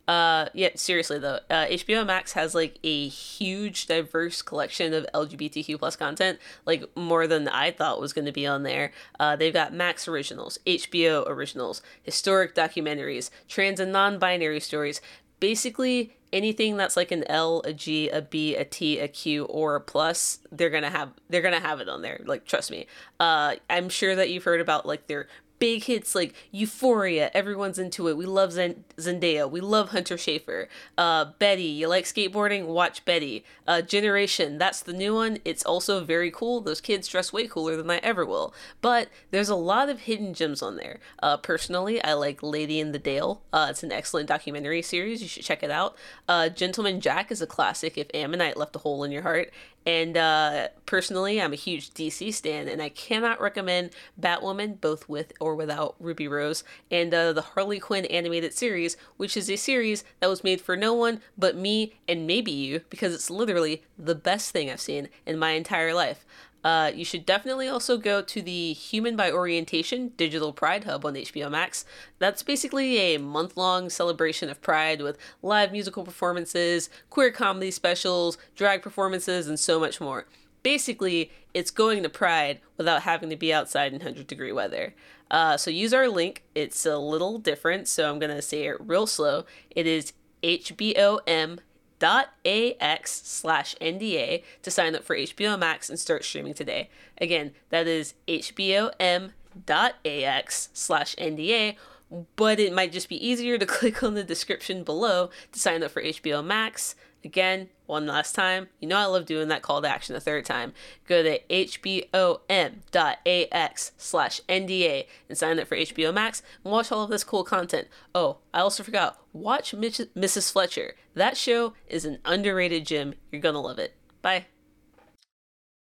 Uh, yeah, seriously though, uh, HBO Max has like a huge, diverse collection of LGBTQ plus content, like more than I thought was going to be on there. Uh, they've got Max originals, HBO originals, historic documentaries, trans and non-binary stories, basically anything that's like an L, a G, a B, a T, a Q, or a plus, they're gonna have they're gonna have it on there. Like trust me. Uh, I'm sure that you've heard about like their big hits like Euphoria. Everyone's into it. We love Zen- Zendaya. We love Hunter Schafer. Uh, Betty. You like skateboarding? Watch Betty. Uh, Generation. That's the new one. It's also very cool. Those kids dress way cooler than I ever will. But there's a lot of hidden gems on there. Uh, personally, I like Lady in the Dale. Uh, it's an excellent documentary series. You should check it out. Uh, Gentleman Jack is a classic if Ammonite left a hole in your heart. And uh, personally, I'm a huge DC stan, and I cannot recommend Batwoman, both with or without Ruby Rose, and uh, the Harley Quinn animated series, which is a series that was made for no one but me and maybe you, because it's literally the best thing I've seen in my entire life. Uh, you should definitely also go to the Human by Orientation Digital Pride Hub on HBO Max. That's basically a month long celebration of Pride with live musical performances, queer comedy specials, drag performances, and so much more. Basically, it's going to Pride without having to be outside in 100 degree weather. Uh, so use our link. It's a little different, so I'm going to say it real slow. It is HBOM dot ax slash nda to sign up for hbo max and start streaming today again that is hbom dot ax slash nda but it might just be easier to click on the description below to sign up for hbo max again one last time you know i love doing that call to action a third time go to hbom dot ax slash nda and sign up for hbo max and watch all of this cool content oh i also forgot watch Mitch- mrs fletcher that show is an underrated gem. You're gonna love it. Bye.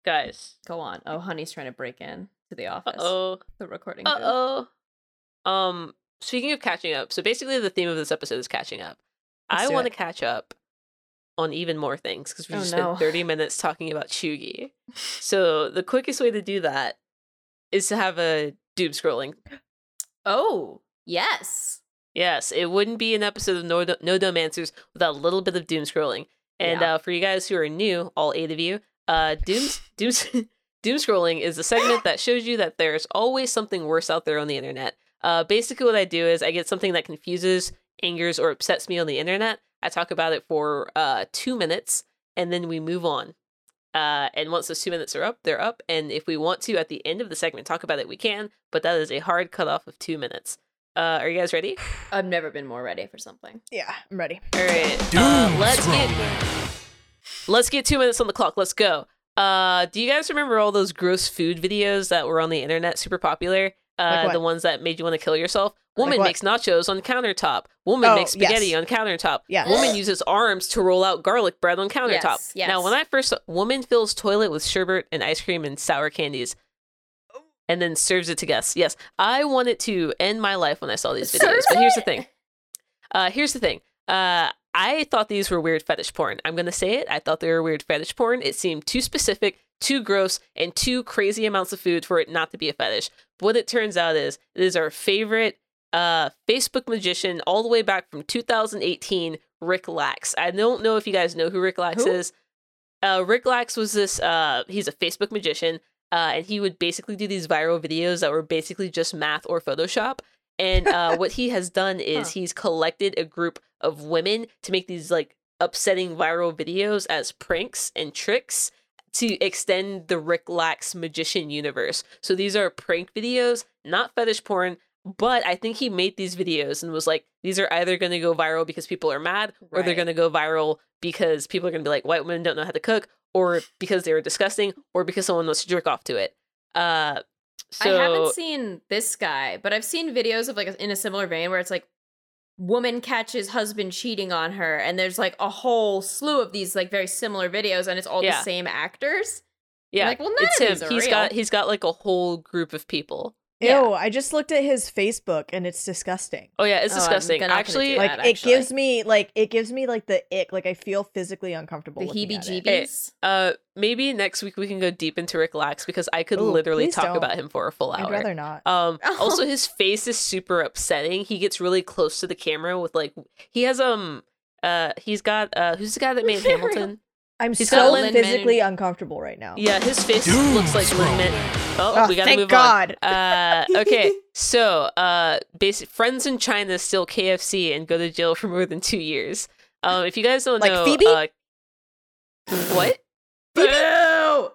Guys. Oh, Go on. Oh, honey's trying to break in to the office. Uh-oh. The recording. booth. Uh-oh. Um, speaking of catching up, so basically the theme of this episode is catching up. Let's I do want to it. catch up on even more things because we Oh, just no. spent 30 minutes talking about Chugi. So the quickest way to do that is to have a doom scrolling. Oh, yes. Yes, it wouldn't be an episode of No, no Dumb Answers without a little bit of doom scrolling. And uh, for you guys who are new, all eight of you, uh, doom, doom, doom scrolling is a segment that shows you that there's always something worse out there on the internet. Uh, basically, what I do is I get something that confuses, angers, or upsets me on the internet. I talk about it for uh, two minutes, and then we move on. Uh, and once those two minutes are up, they're up. And if we want to, at the end of the segment, talk about it, we can. But that is a hard cutoff of two minutes. Uh, are you guys ready? I've never been more ready for something. Yeah, I'm ready. All right. Doom Uh, let's get scrolling. let's get two minutes on the clock. Let's go. Uh, do you guys remember all those gross food videos that were on the internet, super popular? Uh, Like what? the ones that made you want to kill yourself. Woman what? makes nachos on countertop. Woman Oh, makes spaghetti yes. on countertop. Yes. Woman uses arms to roll out garlic bread on countertop. Yes, yes. Now, when I first saw- woman fills toilet with sherbet and ice cream and sour candies, and then serves it to guests. Yes, I wanted to end my life when I saw these videos. But here's the thing. Uh, here's the thing. Uh, I thought these were weird fetish porn. I'm gonna say it. I thought they were weird fetish porn. It seemed too specific, too gross, and too crazy amounts of food for it not to be a fetish. But what it turns out is, it is our favorite uh, Facebook magician all the way back from 2018, Rick Lax. I don't know if you guys know who Rick Lax Who? is. Uh, Rick Lax was this. Uh, he's a Facebook magician, uh, and he would basically do these viral videos that were basically just math or Photoshop. And uh, what he has done is Huh. he's collected a group of women to make these like upsetting viral videos as pranks and tricks to extend the Rick Lax magician universe. So these are prank videos, not fetish porn. But I think he made these videos and was like, these are either going to go viral because people are mad, or they're Right. going to go viral because people are going to be like, white women don't know how to cook, or because they were disgusting, or because someone wants to jerk off to it. Uh, so I haven't seen this guy, but I've seen videos of like in a similar vein where it's like woman catches husband cheating on her, and there's like a whole slew of these like very similar videos, and it's all Yeah. the same actors. yeah, like, well, none it's of him. these are He's real. got he's got like a whole group of people. Yeah. Ew, I just looked at his Facebook and it's disgusting. Oh yeah, it's Oh, I'm disgusting. gonna- not gonna Actually, do Like that, it actually. gives me like it gives me like the ick. Like I feel physically uncomfortable. The looking at it. heebie-jeebies. uh, maybe next week we can go deep into Rick Lax because I could Ooh, literally please talk don't. about him for a full hour. I'd rather not. Um Oh. also his face is super upsetting. He gets really close to the camera with like he has um uh he's got uh who's the guy that made Very- Hamilton? I'm he's so got Lin-Manuel- physically uncomfortable right now. Yeah, his face Doom looks like Lin scrolling. Oh, Ah, Oh, we gotta thank move God. on. Uh okay. So uh basic friends in China steal KFC and go to jail for more than two years. Um if you guys don't Like know Phoebe? uh what? Boo!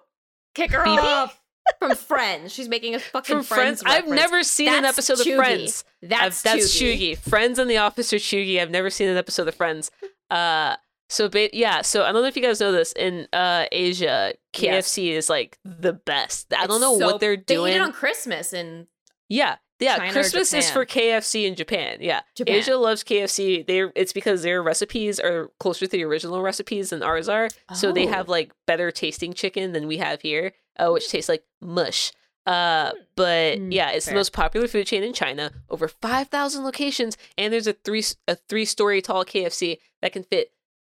Kick her Phoebe? off from Friends. She's making a fucking From Friends, I've reference. never seen an That's episode Chugi. of Friends. That's I've- that's Chugi. Shugi. Friends and the Office are Shugi. I've never seen an episode of Friends. Uh, so ba- yeah. So I don't know if you guys know this in uh Asia, KFC is like the best. I don't It's know so- what they're They eat doing. it on Christmas and yeah, yeah. China or Christmas is for KFC in Japan. Yeah, Japan. Asia loves KFC. They it's because their recipes are closer to the original recipes than ours are. So they Oh. have like better tasting chicken than we have here, uh, which tastes like mush. Uh, but Mm, yeah, it's fair. the most popular food chain in China. Over five thousand locations, and there's a three a three story tall KFC that can fit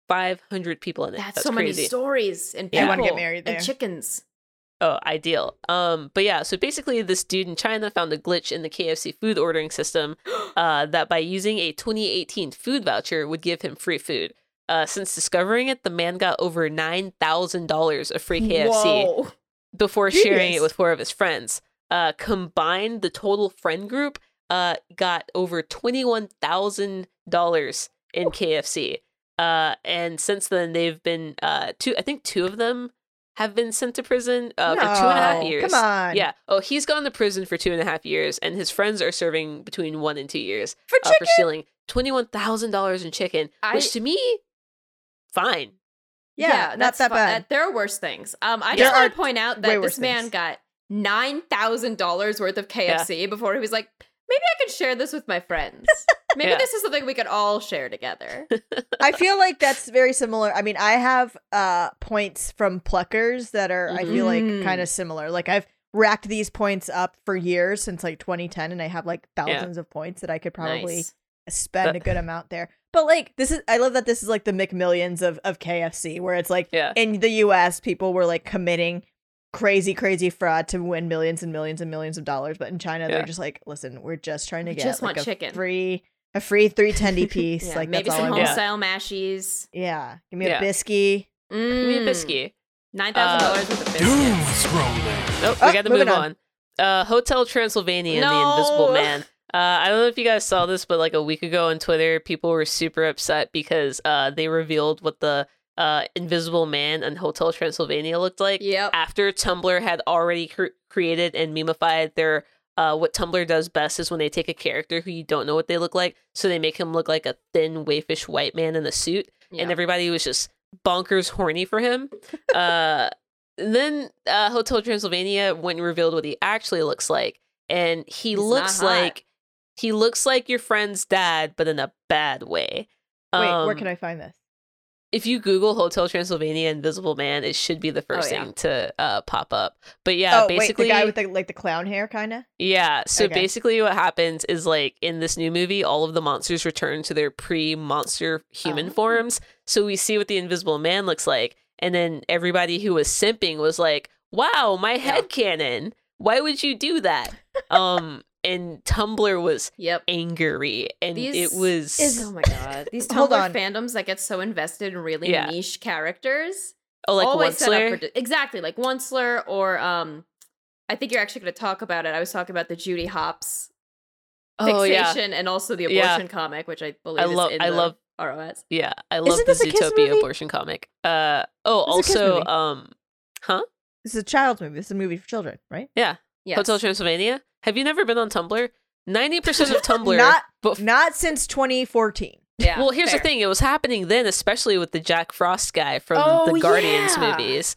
five hundred people in it. That's, That's so crazy. many stories and people Yeah. I wanna get married there. and chickens. Oh, ideal. Um, but yeah, so basically, this dude in China found a glitch in the KFC food ordering system uh, that by using a 2018 food voucher would give him free food. Uh, since discovering it, the man got over nine thousand dollars of free KFC Whoa. before sharing it Genius. with four of his friends. Uh, combined, the total friend group uh, got over $21,000 in KFC. Uh, and since then, they've been, uh, two, I think two of them have been sent to prison uh, for two and a half No, years. Come on. Yeah. Oh, he's gone to prison for two and a half years, and his friends are serving between one and two years For uh, chicken. for stealing $21,000 in chicken, I- which to me, fine. yeah, not that's that fi- bad. that- there are worse things. Um, I There just want are to point out way that worse this man things. got nine thousand dollars worth of KFC before he was like, maybe I could share this with my friends. Maybe Yeah. this is something we could all share together. I feel like that's very similar. I mean, I have uh points from pluckers that are I feel like Mhm. kind of similar. Like I've racked these points up for years since like 2010 and I have like thousands of points that I could probably Nice. spend a That- good amount there. But like this is I love that this is like the McMillions of of KFC where it's like Yeah. in the US people were like committing crazy crazy fraud to win millions and millions and millions of dollars, but in China Yeah. they're just like, listen, we're just trying to We get just like, want a chicken. free a A free 310 piece. Yeah, like maybe that's all some I home want. want. style mashies. Yeah. Give me Yeah. a biscuit. Give me Hmm. Mm, a biscuit. Uh, Nine thousand dollars worth of Doom biscuits. scrolling. Nope, Ah, we got to moving move on. Uh, Hotel Transylvania and the No. Invisible Man. Uh, I don't know if you guys saw this, but like a week ago on Twitter, people were super upset because uh, they revealed what the uh, Invisible Man and Hotel Transylvania looked like Yep. after Tumblr had already cr- created and memeified their. Uh, what Tumblr does best is when they take a character who you don't know what they look like, so they make him look like a thin, waifish white man in a suit, and Yeah. everybody was just bonkers horny for him. uh, and then uh, Hotel Transylvania went and revealed what he actually looks like, and he He's not looks hot. like he looks like your friend's dad, but in a bad way. Wait, where Um, can I find this? If you Google Hotel Transylvania Invisible Man, it should be the first yeah. thing to uh, pop up. But yeah, oh, basically, wait, the guy with the, like the clown hair, kind of. yeah. So Okay. basically, what happens is like in this new movie, all of the monsters return to their pre-monster human Oh. forms. So we see what the Invisible Man looks like, and then everybody who was simping was like, "Wow, my head cannon! Why would you do that?" um, and Tumblr was Yep. angry, and These- it was is- oh my god, these Hold Tumblr on. fandoms that get so invested in really Yeah. niche characters oh, like always set up Onceler? for di- exactly like Onceler or um. I think you're actually going to talk about it. I was talking about the Judy Hopps oh yeah, fixation and also the Yeah. abortion comic, which I believe is love- in I the love- ROS. yeah. I love the this a kids Zootopia movie? abortion comic. Uh oh, This is a kids also movie. um, huh? This is a child's movie. This is a movie for children, right? Yes. Hotel Transylvania. Have you never been on Tumblr? Ninety percent of Tumblr. Not- bef- Not since 2014. Yeah, well, here's fair. the thing: it was happening then, especially with the Jack Frost guy from Oh, the Guardians yeah. movies.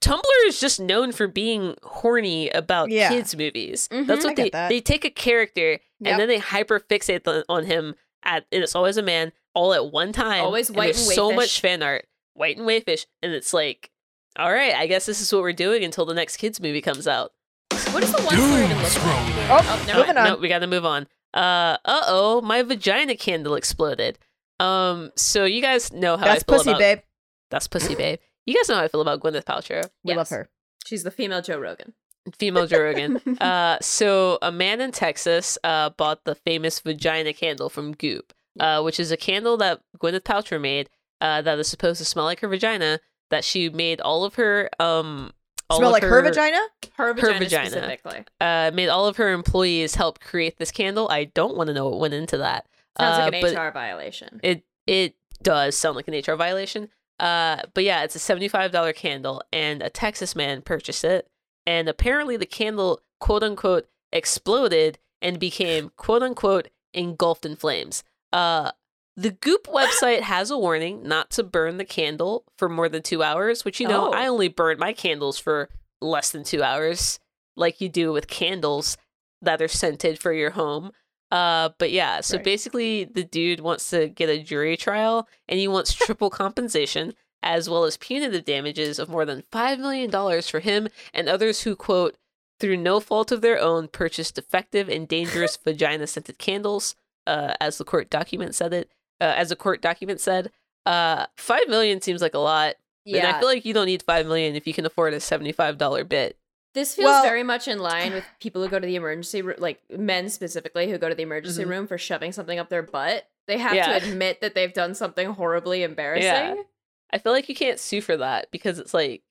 Tumblr is just known for being horny about Yeah. kids movies. Mhm. That's I what get they that. they take a character Yep. and then they hyperfixate the, on him at and it's always a man all at one time. Always white There's and so wayfish. much fan art, white and wayfish, and it's like, all right, I guess this is what we're doing until the next kids movie comes out. What is the one Doom flirting look like? scrolling. Oh, no, moving on. No, we got to move on. Uh oh, my vagina candle exploded. Um, so you guys know how That's I feel pussy, about babe. that's pussy babe. You guys know how I feel about Gwyneth Paltrow, We love Yes. her. She's the female Joe Rogan. female Joe Rogan. Uh, so a man in Texas uh bought the famous vagina candle from Goop, uh, which is a candle that Gwyneth Paltrow made uh, that is supposed to smell like her vagina. That she made all of her um all Smell of like her, vagina? Her vagina, vagina. specifically. uh, made all of her employees help create this candle. I don't want to know what went into that. Sounds uh, like but- an HR violation. It it does sound like an HR violation. Uh, but yeah, it's a seventy-five dollar candle, and a Texas man purchased it, and apparently the candle quote unquote exploded and became quote unquote engulfed in flames. Uh, the Goop website has a warning not to burn the candle for more than two hours, which you know Oh. I only burn my candles for less than two hours, like you do with candles that are scented for your home. Uh, but yeah, so Right. basically the dude wants to get a jury trial and he wants triple compensation as well as punitive damages of more than $5 million for him and others who, quote, through no fault of their own, purchased defective and dangerous vagina scented candles, uh, as the court document said it. Uh, as the court document said, uh, five million seems like a lot, and I yeah. feel like you don't need five million if you can afford a seventy-five dollar bit. this feels Well- very much in line with people who go to the emergency room, like men specifically who go to the emergency Mhm. room for shoving something up their butt. They have Yeah. to admit that they've done something horribly embarrassing. I feel like you can't sue for that because it's like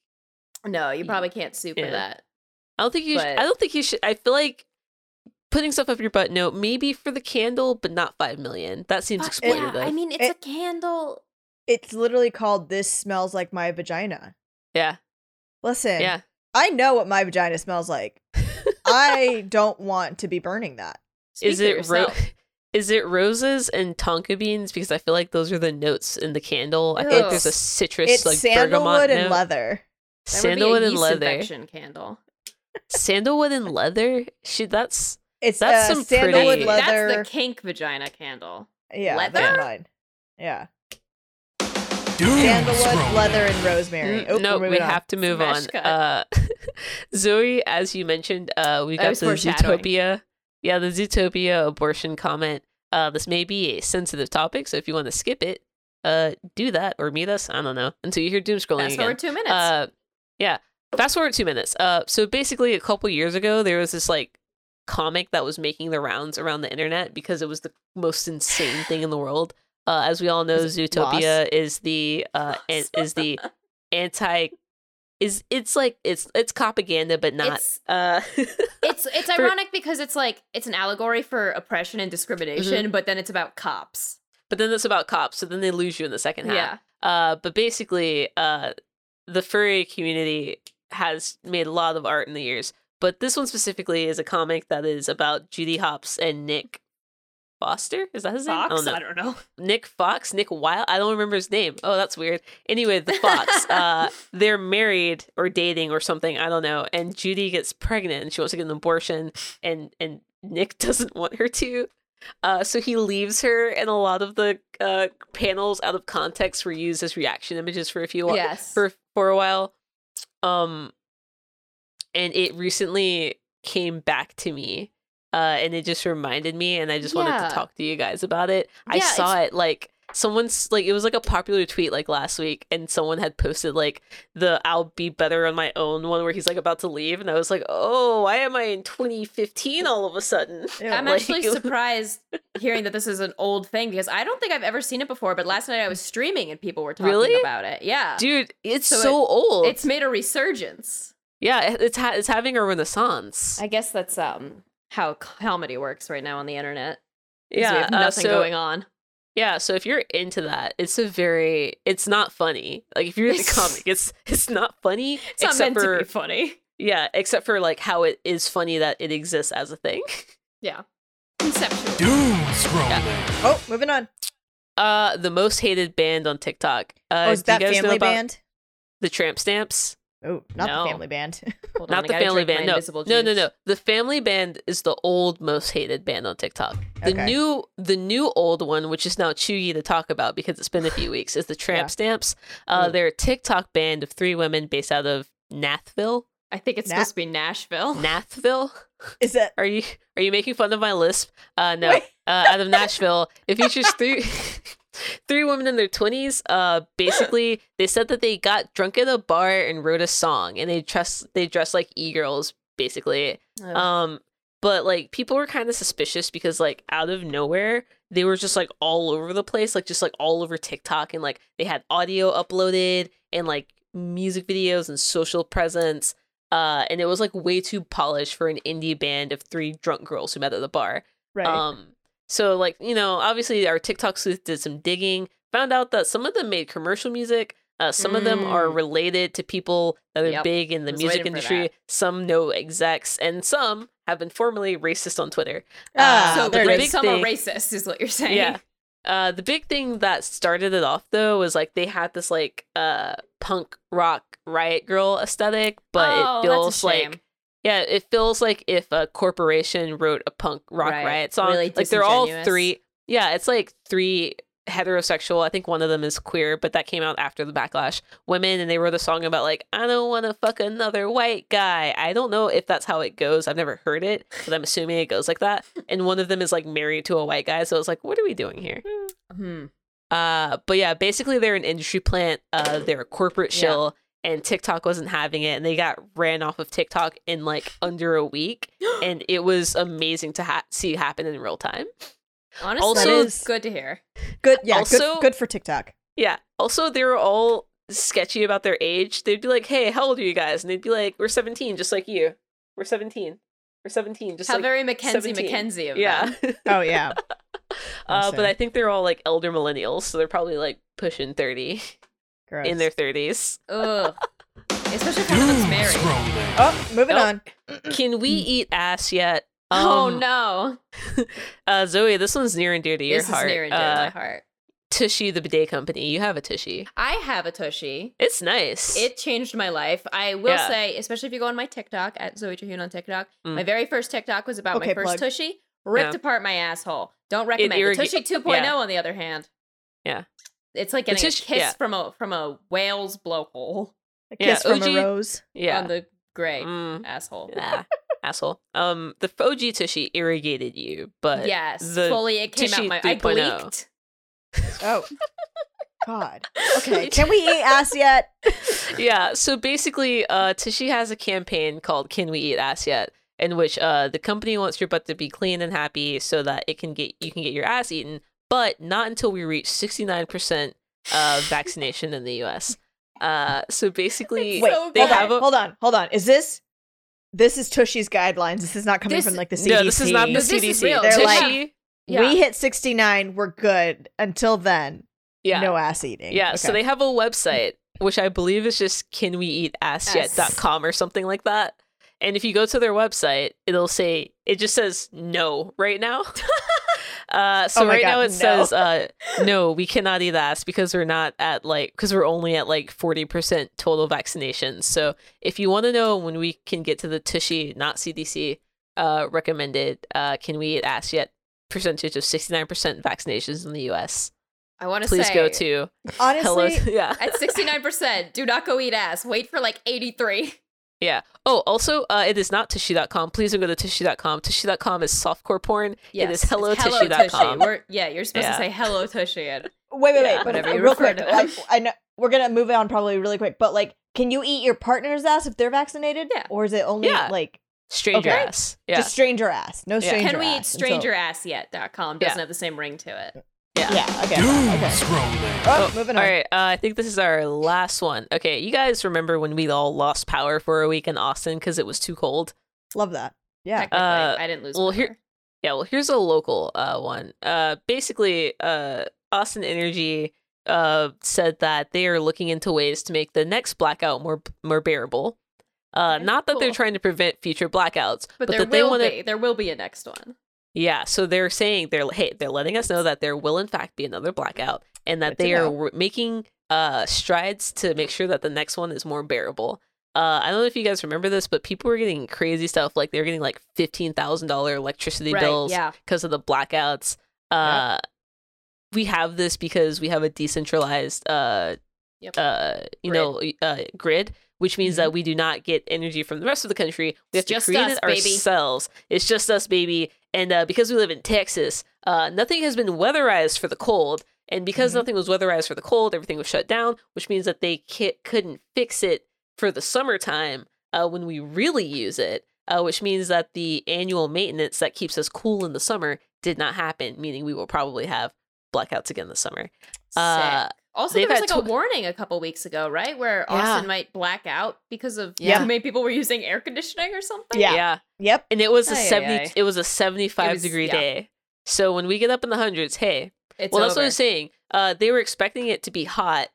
No, you probably can't sue for Yeah. that. I don't think you. sh- But- I don't think you should. I feel like putting stuff up your butt. No, maybe for the candle, but not five million. That seems Fuck exploitative. Uh, yeah, I mean, it's It- a candle. It's literally called This Smells Like My Vagina. yeah, Listen, yeah. I know what my vagina smells like. I don't want to be burning that. Speak is for it ro- yourself. is it roses and tonka beans? Because I feel like those are the notes in the candle. I feel like there's a It's- citrus, It's like bergamot sandalwood and note. leather. That would be a Sandalwood and yeast leather. infection candle. Sandalwood and leather. She that's It's That's uh, some sandalwood pretty- leather. That's the kink vagina candle. yeah, leather? that's mine. Yeah, Doom sandalwood, scrolling. leather, and rosemary. Mm, Oh, no. we're We moving on. have to move Smash on. cut. Uh, Zoe, as you mentioned, uh, we That got was the foreshadowing. Zootopia. Yeah, the Zootopia abortion comment. Uh, this may be a sensitive topic, so if you want to skip it, uh, do that or meet us. I don't know until you hear doom scrolling Fast again. forward two minutes. Uh, yeah. Fast forward two minutes. Uh, so basically, a couple years ago, there was this like comic that was making the rounds around the internet because it was the most insane thing in the world. Uh, as we all know, Is it Zootopia is the uh, an- is the anti is it's like it's it's propaganda, but not. It's- uh, It's it's For- Mm-hmm. ironic because it's like it's an allegory for oppression and discrimination, but then it's about cops. but then it's about cops, so then they lose you in the second half. Yeah. Uh, but basically, uh, the furry community has made a lot of art in the years. But this one specifically is a comic that is about Judy Hopps and Nick Foster. Is that his name? Fox? Oh, no. I don't know. Nick Fox, Nick Wild. I don't remember his name. Oh, that's weird. Anyway, the Fox. uh, they're married or dating or something. I don't know. And Judy gets pregnant and she wants to get an abortion, and and Nick doesn't want her to. Uh, so he leaves her, and a lot of the uh, panels out of context were used as reaction images for a few while, Yes. for for a while. Um, and it recently came back to me, uh, and it just reminded me, and I just wanted Yeah. to talk to you guys about it. I Yeah, saw it like someone's like it was like a popular tweet like last week, and someone had posted like the "I'll be better on my own" one where he's like about to leave, and I was like, oh, why am I in 2015 all of a sudden? Ew. I'm Like- actually surprised hearing that this is an old thing because I don't think I've ever seen it before. But last night I was streaming and people were talking Really? about it. Yeah, Dude, it's So so, it- old. it's made a resurgence. yeah, it- it's ha- it's having a renaissance. I guess that's um how comedy works right now on the internet. is yeah, we have uh, nothing so- going on. Yeah, so if you're into that, it's a very it's not funny. Like if you're into comic, it's it's not funny. It's not except meant for to be funny. yeah, except for like how it is funny that it exists as a thing. Conceptual. Doom scrolling. Oh, moving on. Uh the most hated band on TikTok. Uh Oh, is do you that guys know family about band? The Tramp Stamps. Oh, not No. the family band. Hold on, Not I the gotta family drink my band. No. invisible no, no, juice. no. The family band is the old most hated band on TikTok. The Okay. new the new old one, which is now chewy to talk about because it's been a few weeks, is the Tramp Yeah. Stamps. Uh Mm. they're a TikTok band of three women based out of Nathville. I think it's Na- supposed to be Nashville. Nathville? Is that Are you are you making fun of my lisp? Uh, no. Wait. Uh, out of Nashville, it features three three women in their twenties. Uh, basically, they said that they got drunk at a bar and wrote a song, and they dress they dress like e girls basically. Ugh. Um, but like people were kind of suspicious because like out of nowhere they were just like all over the place, like just like all over TikTok, and like they had audio uploaded and like music videos and social presence uh, and it was like way too polished for an indie band of three drunk girls who met at the bar. right? Um, so like you know, obviously our TikTok sleuth did some digging, found out that some of them made commercial music. Uh, some of them are Mm. related to people that are Yep. big in the Was music waiting for industry. that. Some know execs, and some have been formerly racist on Twitter. Uh, Ah, so there the it big is. some thing- are racist, eh? is what you're saying. Yeah. Uh, the big thing that started it off though was like they had this like uh punk rock riot girl aesthetic, but Oh, it that's a feels shame. like yeah, it feels like if a corporation wrote a punk rock Right. riot song. Really like they're all disingenuous. three. Yeah, it's like three heterosexual. I think one of them is queer, but that came out after the backlash. Women and they wrote a song about like I don't want to fuck another white guy. I don't know if that's how it goes. I've never heard it, but I'm assuming it goes like that. And one of them is like married to a white guy, so it's like what are we doing here? Hmm. Uh, but yeah, basically they're an industry plant. Uh, they're a corporate Yeah. shill, and TikTok wasn't having it, and they got ran off of TikTok in like under a week, and it was amazing to ha- see happen in real time. Honestly, Also- that That is is- good to hear. Good, yeah, also- good, good for TikTok. Yeah. Also, they were all sketchy about their age. They'd be like, "Hey, how old are you guys?" And they'd be like, "We're 17, just like you. We're 17. We're 17, just How like very Mackenzie 17. Mackenzie of yeah." them. Oh yeah, uh, Awesome. but I think they're all like elder millennials, so they're probably like pushing 30 gross. in their 30s. Ugh. Especially if one of them's Doom married. scrolling. Oh, moving Nope. on. Can we eat ass yet? oh Um, no! Uh, Zoe, this one's near and dear to your This heart. is near and dear to my uh, heart. Tushy the bidet company. You have a tushy. I have a tushy. It's nice. It changed my life. I will Yeah. say, especially if you go on my TikTok at Zoe Trahune on TikTok, Mm. my very first TikTok was about my Okay, first plug. tushy. Ripped Yeah. apart my asshole. Don't recommend it. irrigi- tushy 2.0 yeah. on the other hand. Yeah. It's like The getting tush- a kiss yeah. from a from a whale's blowhole A Yeah, kiss from OG a rose. yeah. on the gray Mm. asshole. Ah, asshole. Um, the Foji tushy irrigated you, but yes. the fully it came out tushy my I 3.0. leaked. Oh, God. Okay, can we eat ass yet? yeah. So basically, uh, Tushy has a campaign called "Can We Eat Ass Yet?" in which uh, the company wants your butt to be clean and happy so that it can get you can get your ass eaten, but not until we reach 69% uh, vaccination in the U.S. Uh, so basically, Wait, So they hold, have on, a, hold on, hold on. Is this this is Tushy's guidelines? This is not coming This- from like the CDC. no, this is not the This is CDC. real. They're Tushy- like- Yeah. We hit sixty nine. We're good until then. yeah, No ass eating. yeah. So Okay. they have a website which I believe is just can we eat ass Yes. yet.com or something like that. And if you go to their website, it'll say it just says no right now. uh, so Oh my right God, now it no. says uh, no, we cannot eat ass because we're not at like because we're only at like forty percent total vaccination. So if you want to know when we can get to the Tushy, not CDC uh, recommended, uh, can we eat ass yet? Percentage of sixty nine percent vaccinations in the U.S. I want to say Please go to hello. honestly, Yeah. at 69%, do not go eat ass. Wait for like 83. Oh, also, uh, it is not tissue.com. Please don't go to tissue.com. Tissue.com is softcore porn. Yes. It is hello, it's tissue.com. We're, yeah, you're supposed Yeah. to say hello Tushy. and- wait, wait, wait. Yeah, but whatever you real refer quick, to it. like, I know we're gonna move on probably really quick. But like, can you eat your partner's ass if they're vaccinated? Yeah. Or is it only Yeah. like Stranger Okay. ass. Yeah. just stranger ass? No Yeah. stranger. Can we ass eat stranger Ass? ass yet? Dot com doesn't Yeah. have the same ring to it. yeah. until- Yeah. Okay. Doom Okay. scrolling. Oh, moving All on. right. Uh, I think this is our last one. Okay. You guys remember when we all lost power for a week in Austin because it was too cold? Love that. Yeah. Technically, Uh, I didn't lose. well, power. here- Yeah, well, here's a local uh, one. Uh, basically, uh, Austin Energy uh, said that they are looking into ways to make the next blackout more more bearable. Uh, Okay, not that they're cool. trying to prevent future blackouts, but, but, there that they will want to. be there will be a next one. Yeah, so they're saying they're hey, they're letting us know that there will in fact be another blackout, and that Good to they are know. w- making uh, strides to make sure that the next one is more bearable. Uh, I don't know if you guys remember this, but people were getting crazy stuff. Like they were getting like fifteen thousand dollar electricity right? bills Yeah. because of the blackouts. Uh, we have this because we have a decentralized, uh, Yep. uh, you know, uh, grid, which means that we do not get energy from the rest of the country. We have Mm-hmm. It's to just create us, it baby. ourselves. It's just us, baby. And uh, because we live in Texas, uh, nothing has been weatherized for the cold. And because Mm-hmm. Mhm. nothing was weatherized for the cold, everything was shut down, which means that they ki- couldn't fix it for the summertime uh, when we really use it uh, which means that the annual maintenance that keeps us cool in the summer did not happen, meaning we will probably have blackouts again this summer. Uh, Sick. Also, they've there was had like a tw- warning a couple weeks ago, right, where Yeah. Austin might black out because of Yeah. how many people were using air conditioning or something. Yeah. Yep. and it was a Ay, ay, seventy. ay. It was a seventy-five It was- degree yeah. day. So when we get up in the hundreds, hey, It's well, over. that's what I was saying. Uh, they were expecting it to be hot,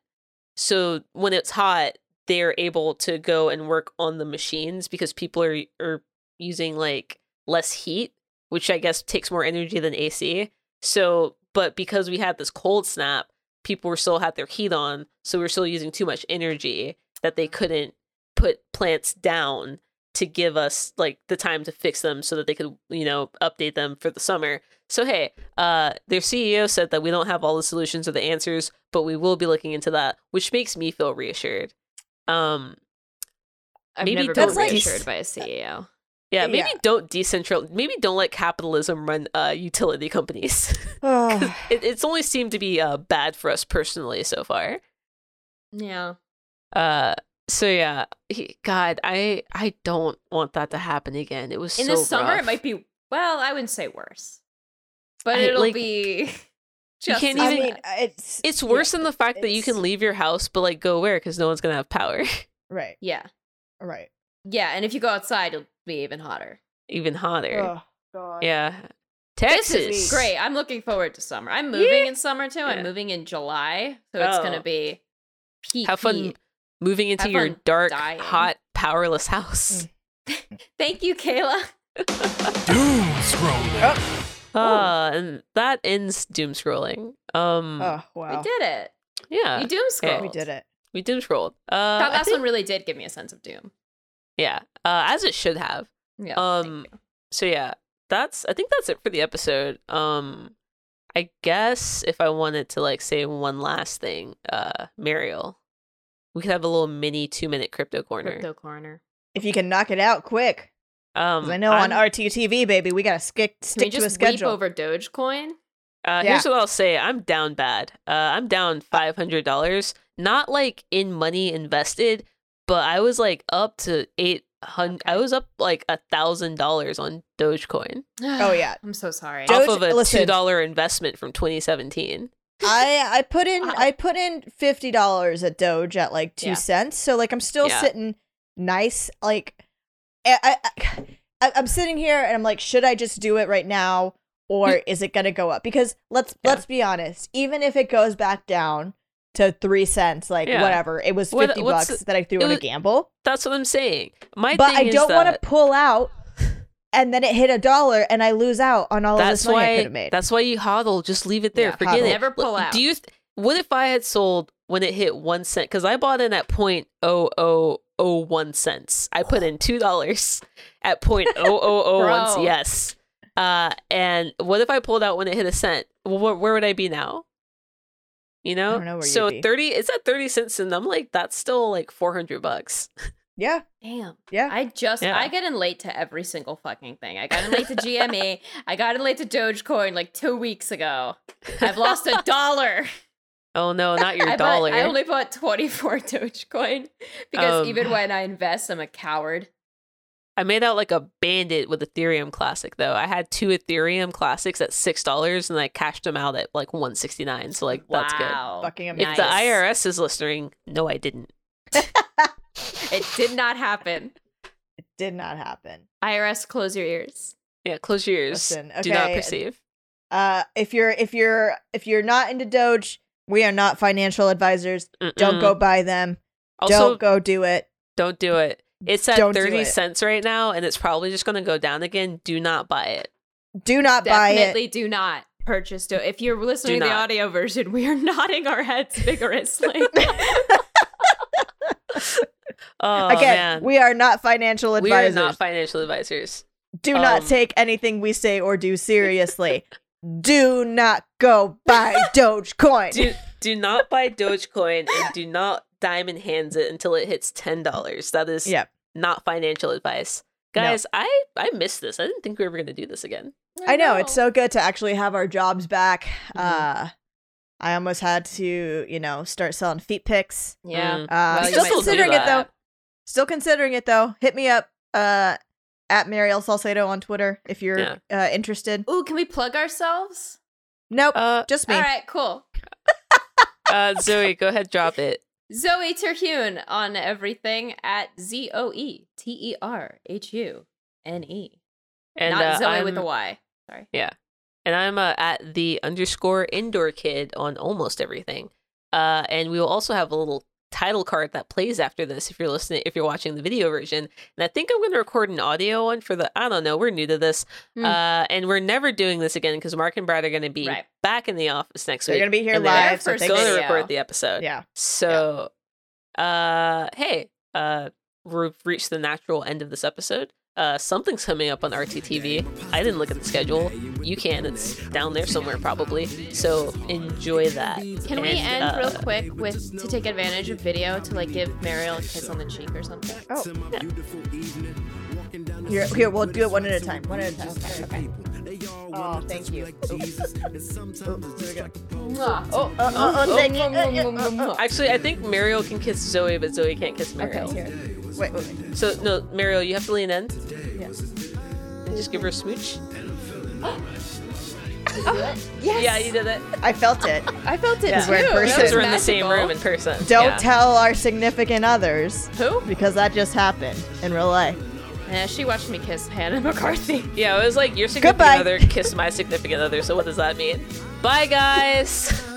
so when it's hot, they're able to go and work on the machines because people are are using like less heat, which I guess takes more energy than AC. So, but because we had this cold snap, people were still had their heat on, so we're still using too much energy that they couldn't put plants down to give us like the time to fix them so that they could, you know, update them for the summer. So hey, uh, their CEO said that we don't have all the solutions or the answers, but we will be looking into that, which makes me feel reassured. Um, I've maybe never that's been like- reassured by a E CEO. yeah, maybe Yeah. don't decentral, maybe don't let capitalism run uh, utility companies. Oh, 'Cause it, it's only seemed to be uh, bad for us personally so far. Yeah. Uh, so yeah, he- God, I I don't want that to happen again. It was In so the summer, rough. it might be well. I wouldn't say worse, but I- it'll like, be. Just can't as I even- mean, bad. it's It's worse than the fact that you it's- can leave your house, but like go where because no one's gonna have power. right. yeah, Right. yeah, and if you go outside, it'll be even hotter. Even hotter. Oh God. Yeah. This Texas. is great. I'm looking forward to summer. I'm moving in summer too. Yeah. I'm moving in July, so it's Oh. gonna be peak. Have fun heat. moving into Have your fun dark, dying. Mm. hot, powerless house. Thank you, Kayla. Doom scrolling. Oh. Uh, and that ends doom scrolling. Um, Oh wow. We did it. Uh, yeah, you doom scrolled. We did it. we doom scrolled. Uh, That I last think- one really did give me a sense of doom. yeah, uh, as it should have. Yeah. Oh, thank Um, you. so yeah, that's. I think that's it for the episode. Um, I guess if I wanted to like say one last thing, uh, Mariel, we could have a little mini two minute crypto corner. Crypto corner. If you can knock it out quick, Um, 'cause I know I'm- on RTTV, baby, we gotta stick Can we stick to a just weep schedule. over Dogecoin? Uh, Yeah. Here's what I'll say: I'm down bad. Uh, I'm down five hundred dollars, not like in money invested, but I was like up to eight hun- I was up like a thousand dollars on Dogecoin Oh, yeah. I'm so sorry. Doge- off of a listen. two dollar investment from 2017. I I put in Wow. I put in fifty dollars at Doge at like two Yeah. cents. So like I'm still Yeah. sitting nice. Like I, I, I I'm sitting here and I'm like, should I just do it right now or is it gonna go up? Because let's Yeah. let's be honest. Even if it goes back down to three cents, like Yeah. whatever, it was What- fifty what's bucks that I threw it in a was- gamble. That's what I'm saying. My but thing I don't is want to that pull out. And then it hit a dollar, and I lose out on all that's of this money I why could have made. that's why you hodl. Just leave it there. Yeah, Forget hodl. it. Never pull Look, out. Do you? Th- what if I had sold when it hit one cent? Because I bought in at point oh oh oh one cents. I put in two dollars at point oh oh oh one. Bro. c- Yes. Uh, and what if I pulled out when it hit a cent? Well, where, where would I be now? You know. don't know where you'd so be. thirty. It's at thirty cents, and I'm like, that's still like four hundred bucks. yeah, Damn. yeah. I just Yeah. I get in late to every single fucking thing. I got in late to GME. I got in late to Dogecoin like two weeks ago. I've lost a dollar. Oh no, not your I, bought- dollar. I only bought 24 Dogecoin because Um, even when I invest, I'm a coward. I made out like a bandit with Ethereum Classic though. I had two Ethereum Classics at six dollars, and I cashed them out at like one sixty nine. So like that's good. Wow. Fucking If amazing. the Nice. IRS is listening, no, I didn't. It did not happen. it did not happen. IRS, close your ears. Yeah, close your ears. Listen, Do not okay, perceive. uh if you're if you're if you're not into doge we are not financial advisors don't Mm-mm. go buy them Mm. Also, don't go do it don't do it. It's at Don't do thirty it. cents right now, and it's probably just going to go down again. Do not buy it. do not buy Definitely do not purchase Do If you're listening Do to the not. audio version, we are nodding our heads vigorously. Oh it again man, we are not financial we are advisors not financial advisors. do not um, take anything we say or do seriously do not go buy dogecoin Do do not buy Dogecoin and do not diamond hands it until it hits ten dollars. That is yep not financial advice. No. Guys, I I missed this. I didn't think we were going to do this again. I know it's so good to actually have our jobs back. Mm-hmm. Uh, I almost had to, you know, start selling feet pics. Yeah. Mm. Uh, Well, you still might still do considering it though. that. Still considering it though. Hit me up uh, at Mariel Salcedo on Twitter if you're Yeah. uh, interested. Ooh, can we plug ourselves? Nope, Uh, just me. All right, cool. uh, Zoe, go ahead, drop it. Zoe Terhune on everything at Z O E T E R H U N E. And Not uh, Zoe I'm, with a Y. Sorry. And I'm uh, at the underscore indoor kid on almost everything. Uh, and we will also have a little title card that plays after this if you're listening, if you're watching the video version. And I think I'm going to record an audio one for the. I don't know. We're new to this, Hmm. uh, and we're never doing this again because Mark and Brad are going to be Right. back in the office next So you're week. gonna be here and then live. So our first thanks. going to video. record the episode. Yeah, So, uh, hey, uh, we've reached the natural end of this episode. Uh, something's coming up on RTTV. I didn't look at the schedule. You can. It's down there somewhere probably. So enjoy that. Can we And, end uh, real quick with to take advantage of video to like give Mariel a kiss on the cheek or something? Oh. here, here, we'll do it one at a time. One at a time. Okay, okay. Oh, thank you. Oh, Uh, uh, uh, thank you. Actually, I think Mariel can kiss Zoe, but Zoe can't kiss Mariel. Okay, here. oh. Wait, wait. So no, Mariel, you have to lean in Yeah. and just give her a smooch. Yeah, you did it. I felt it. I felt it Because we're in too. person. That was Because we're in the same magical. room in person. Don't Yeah. tell our significant others Who? because that just happened in real life. Yeah, she watched me kiss Hannah McCarthy. Yeah, it was like your significant Goodbye. other kissed my significant other. So what does that mean? Bye, guys.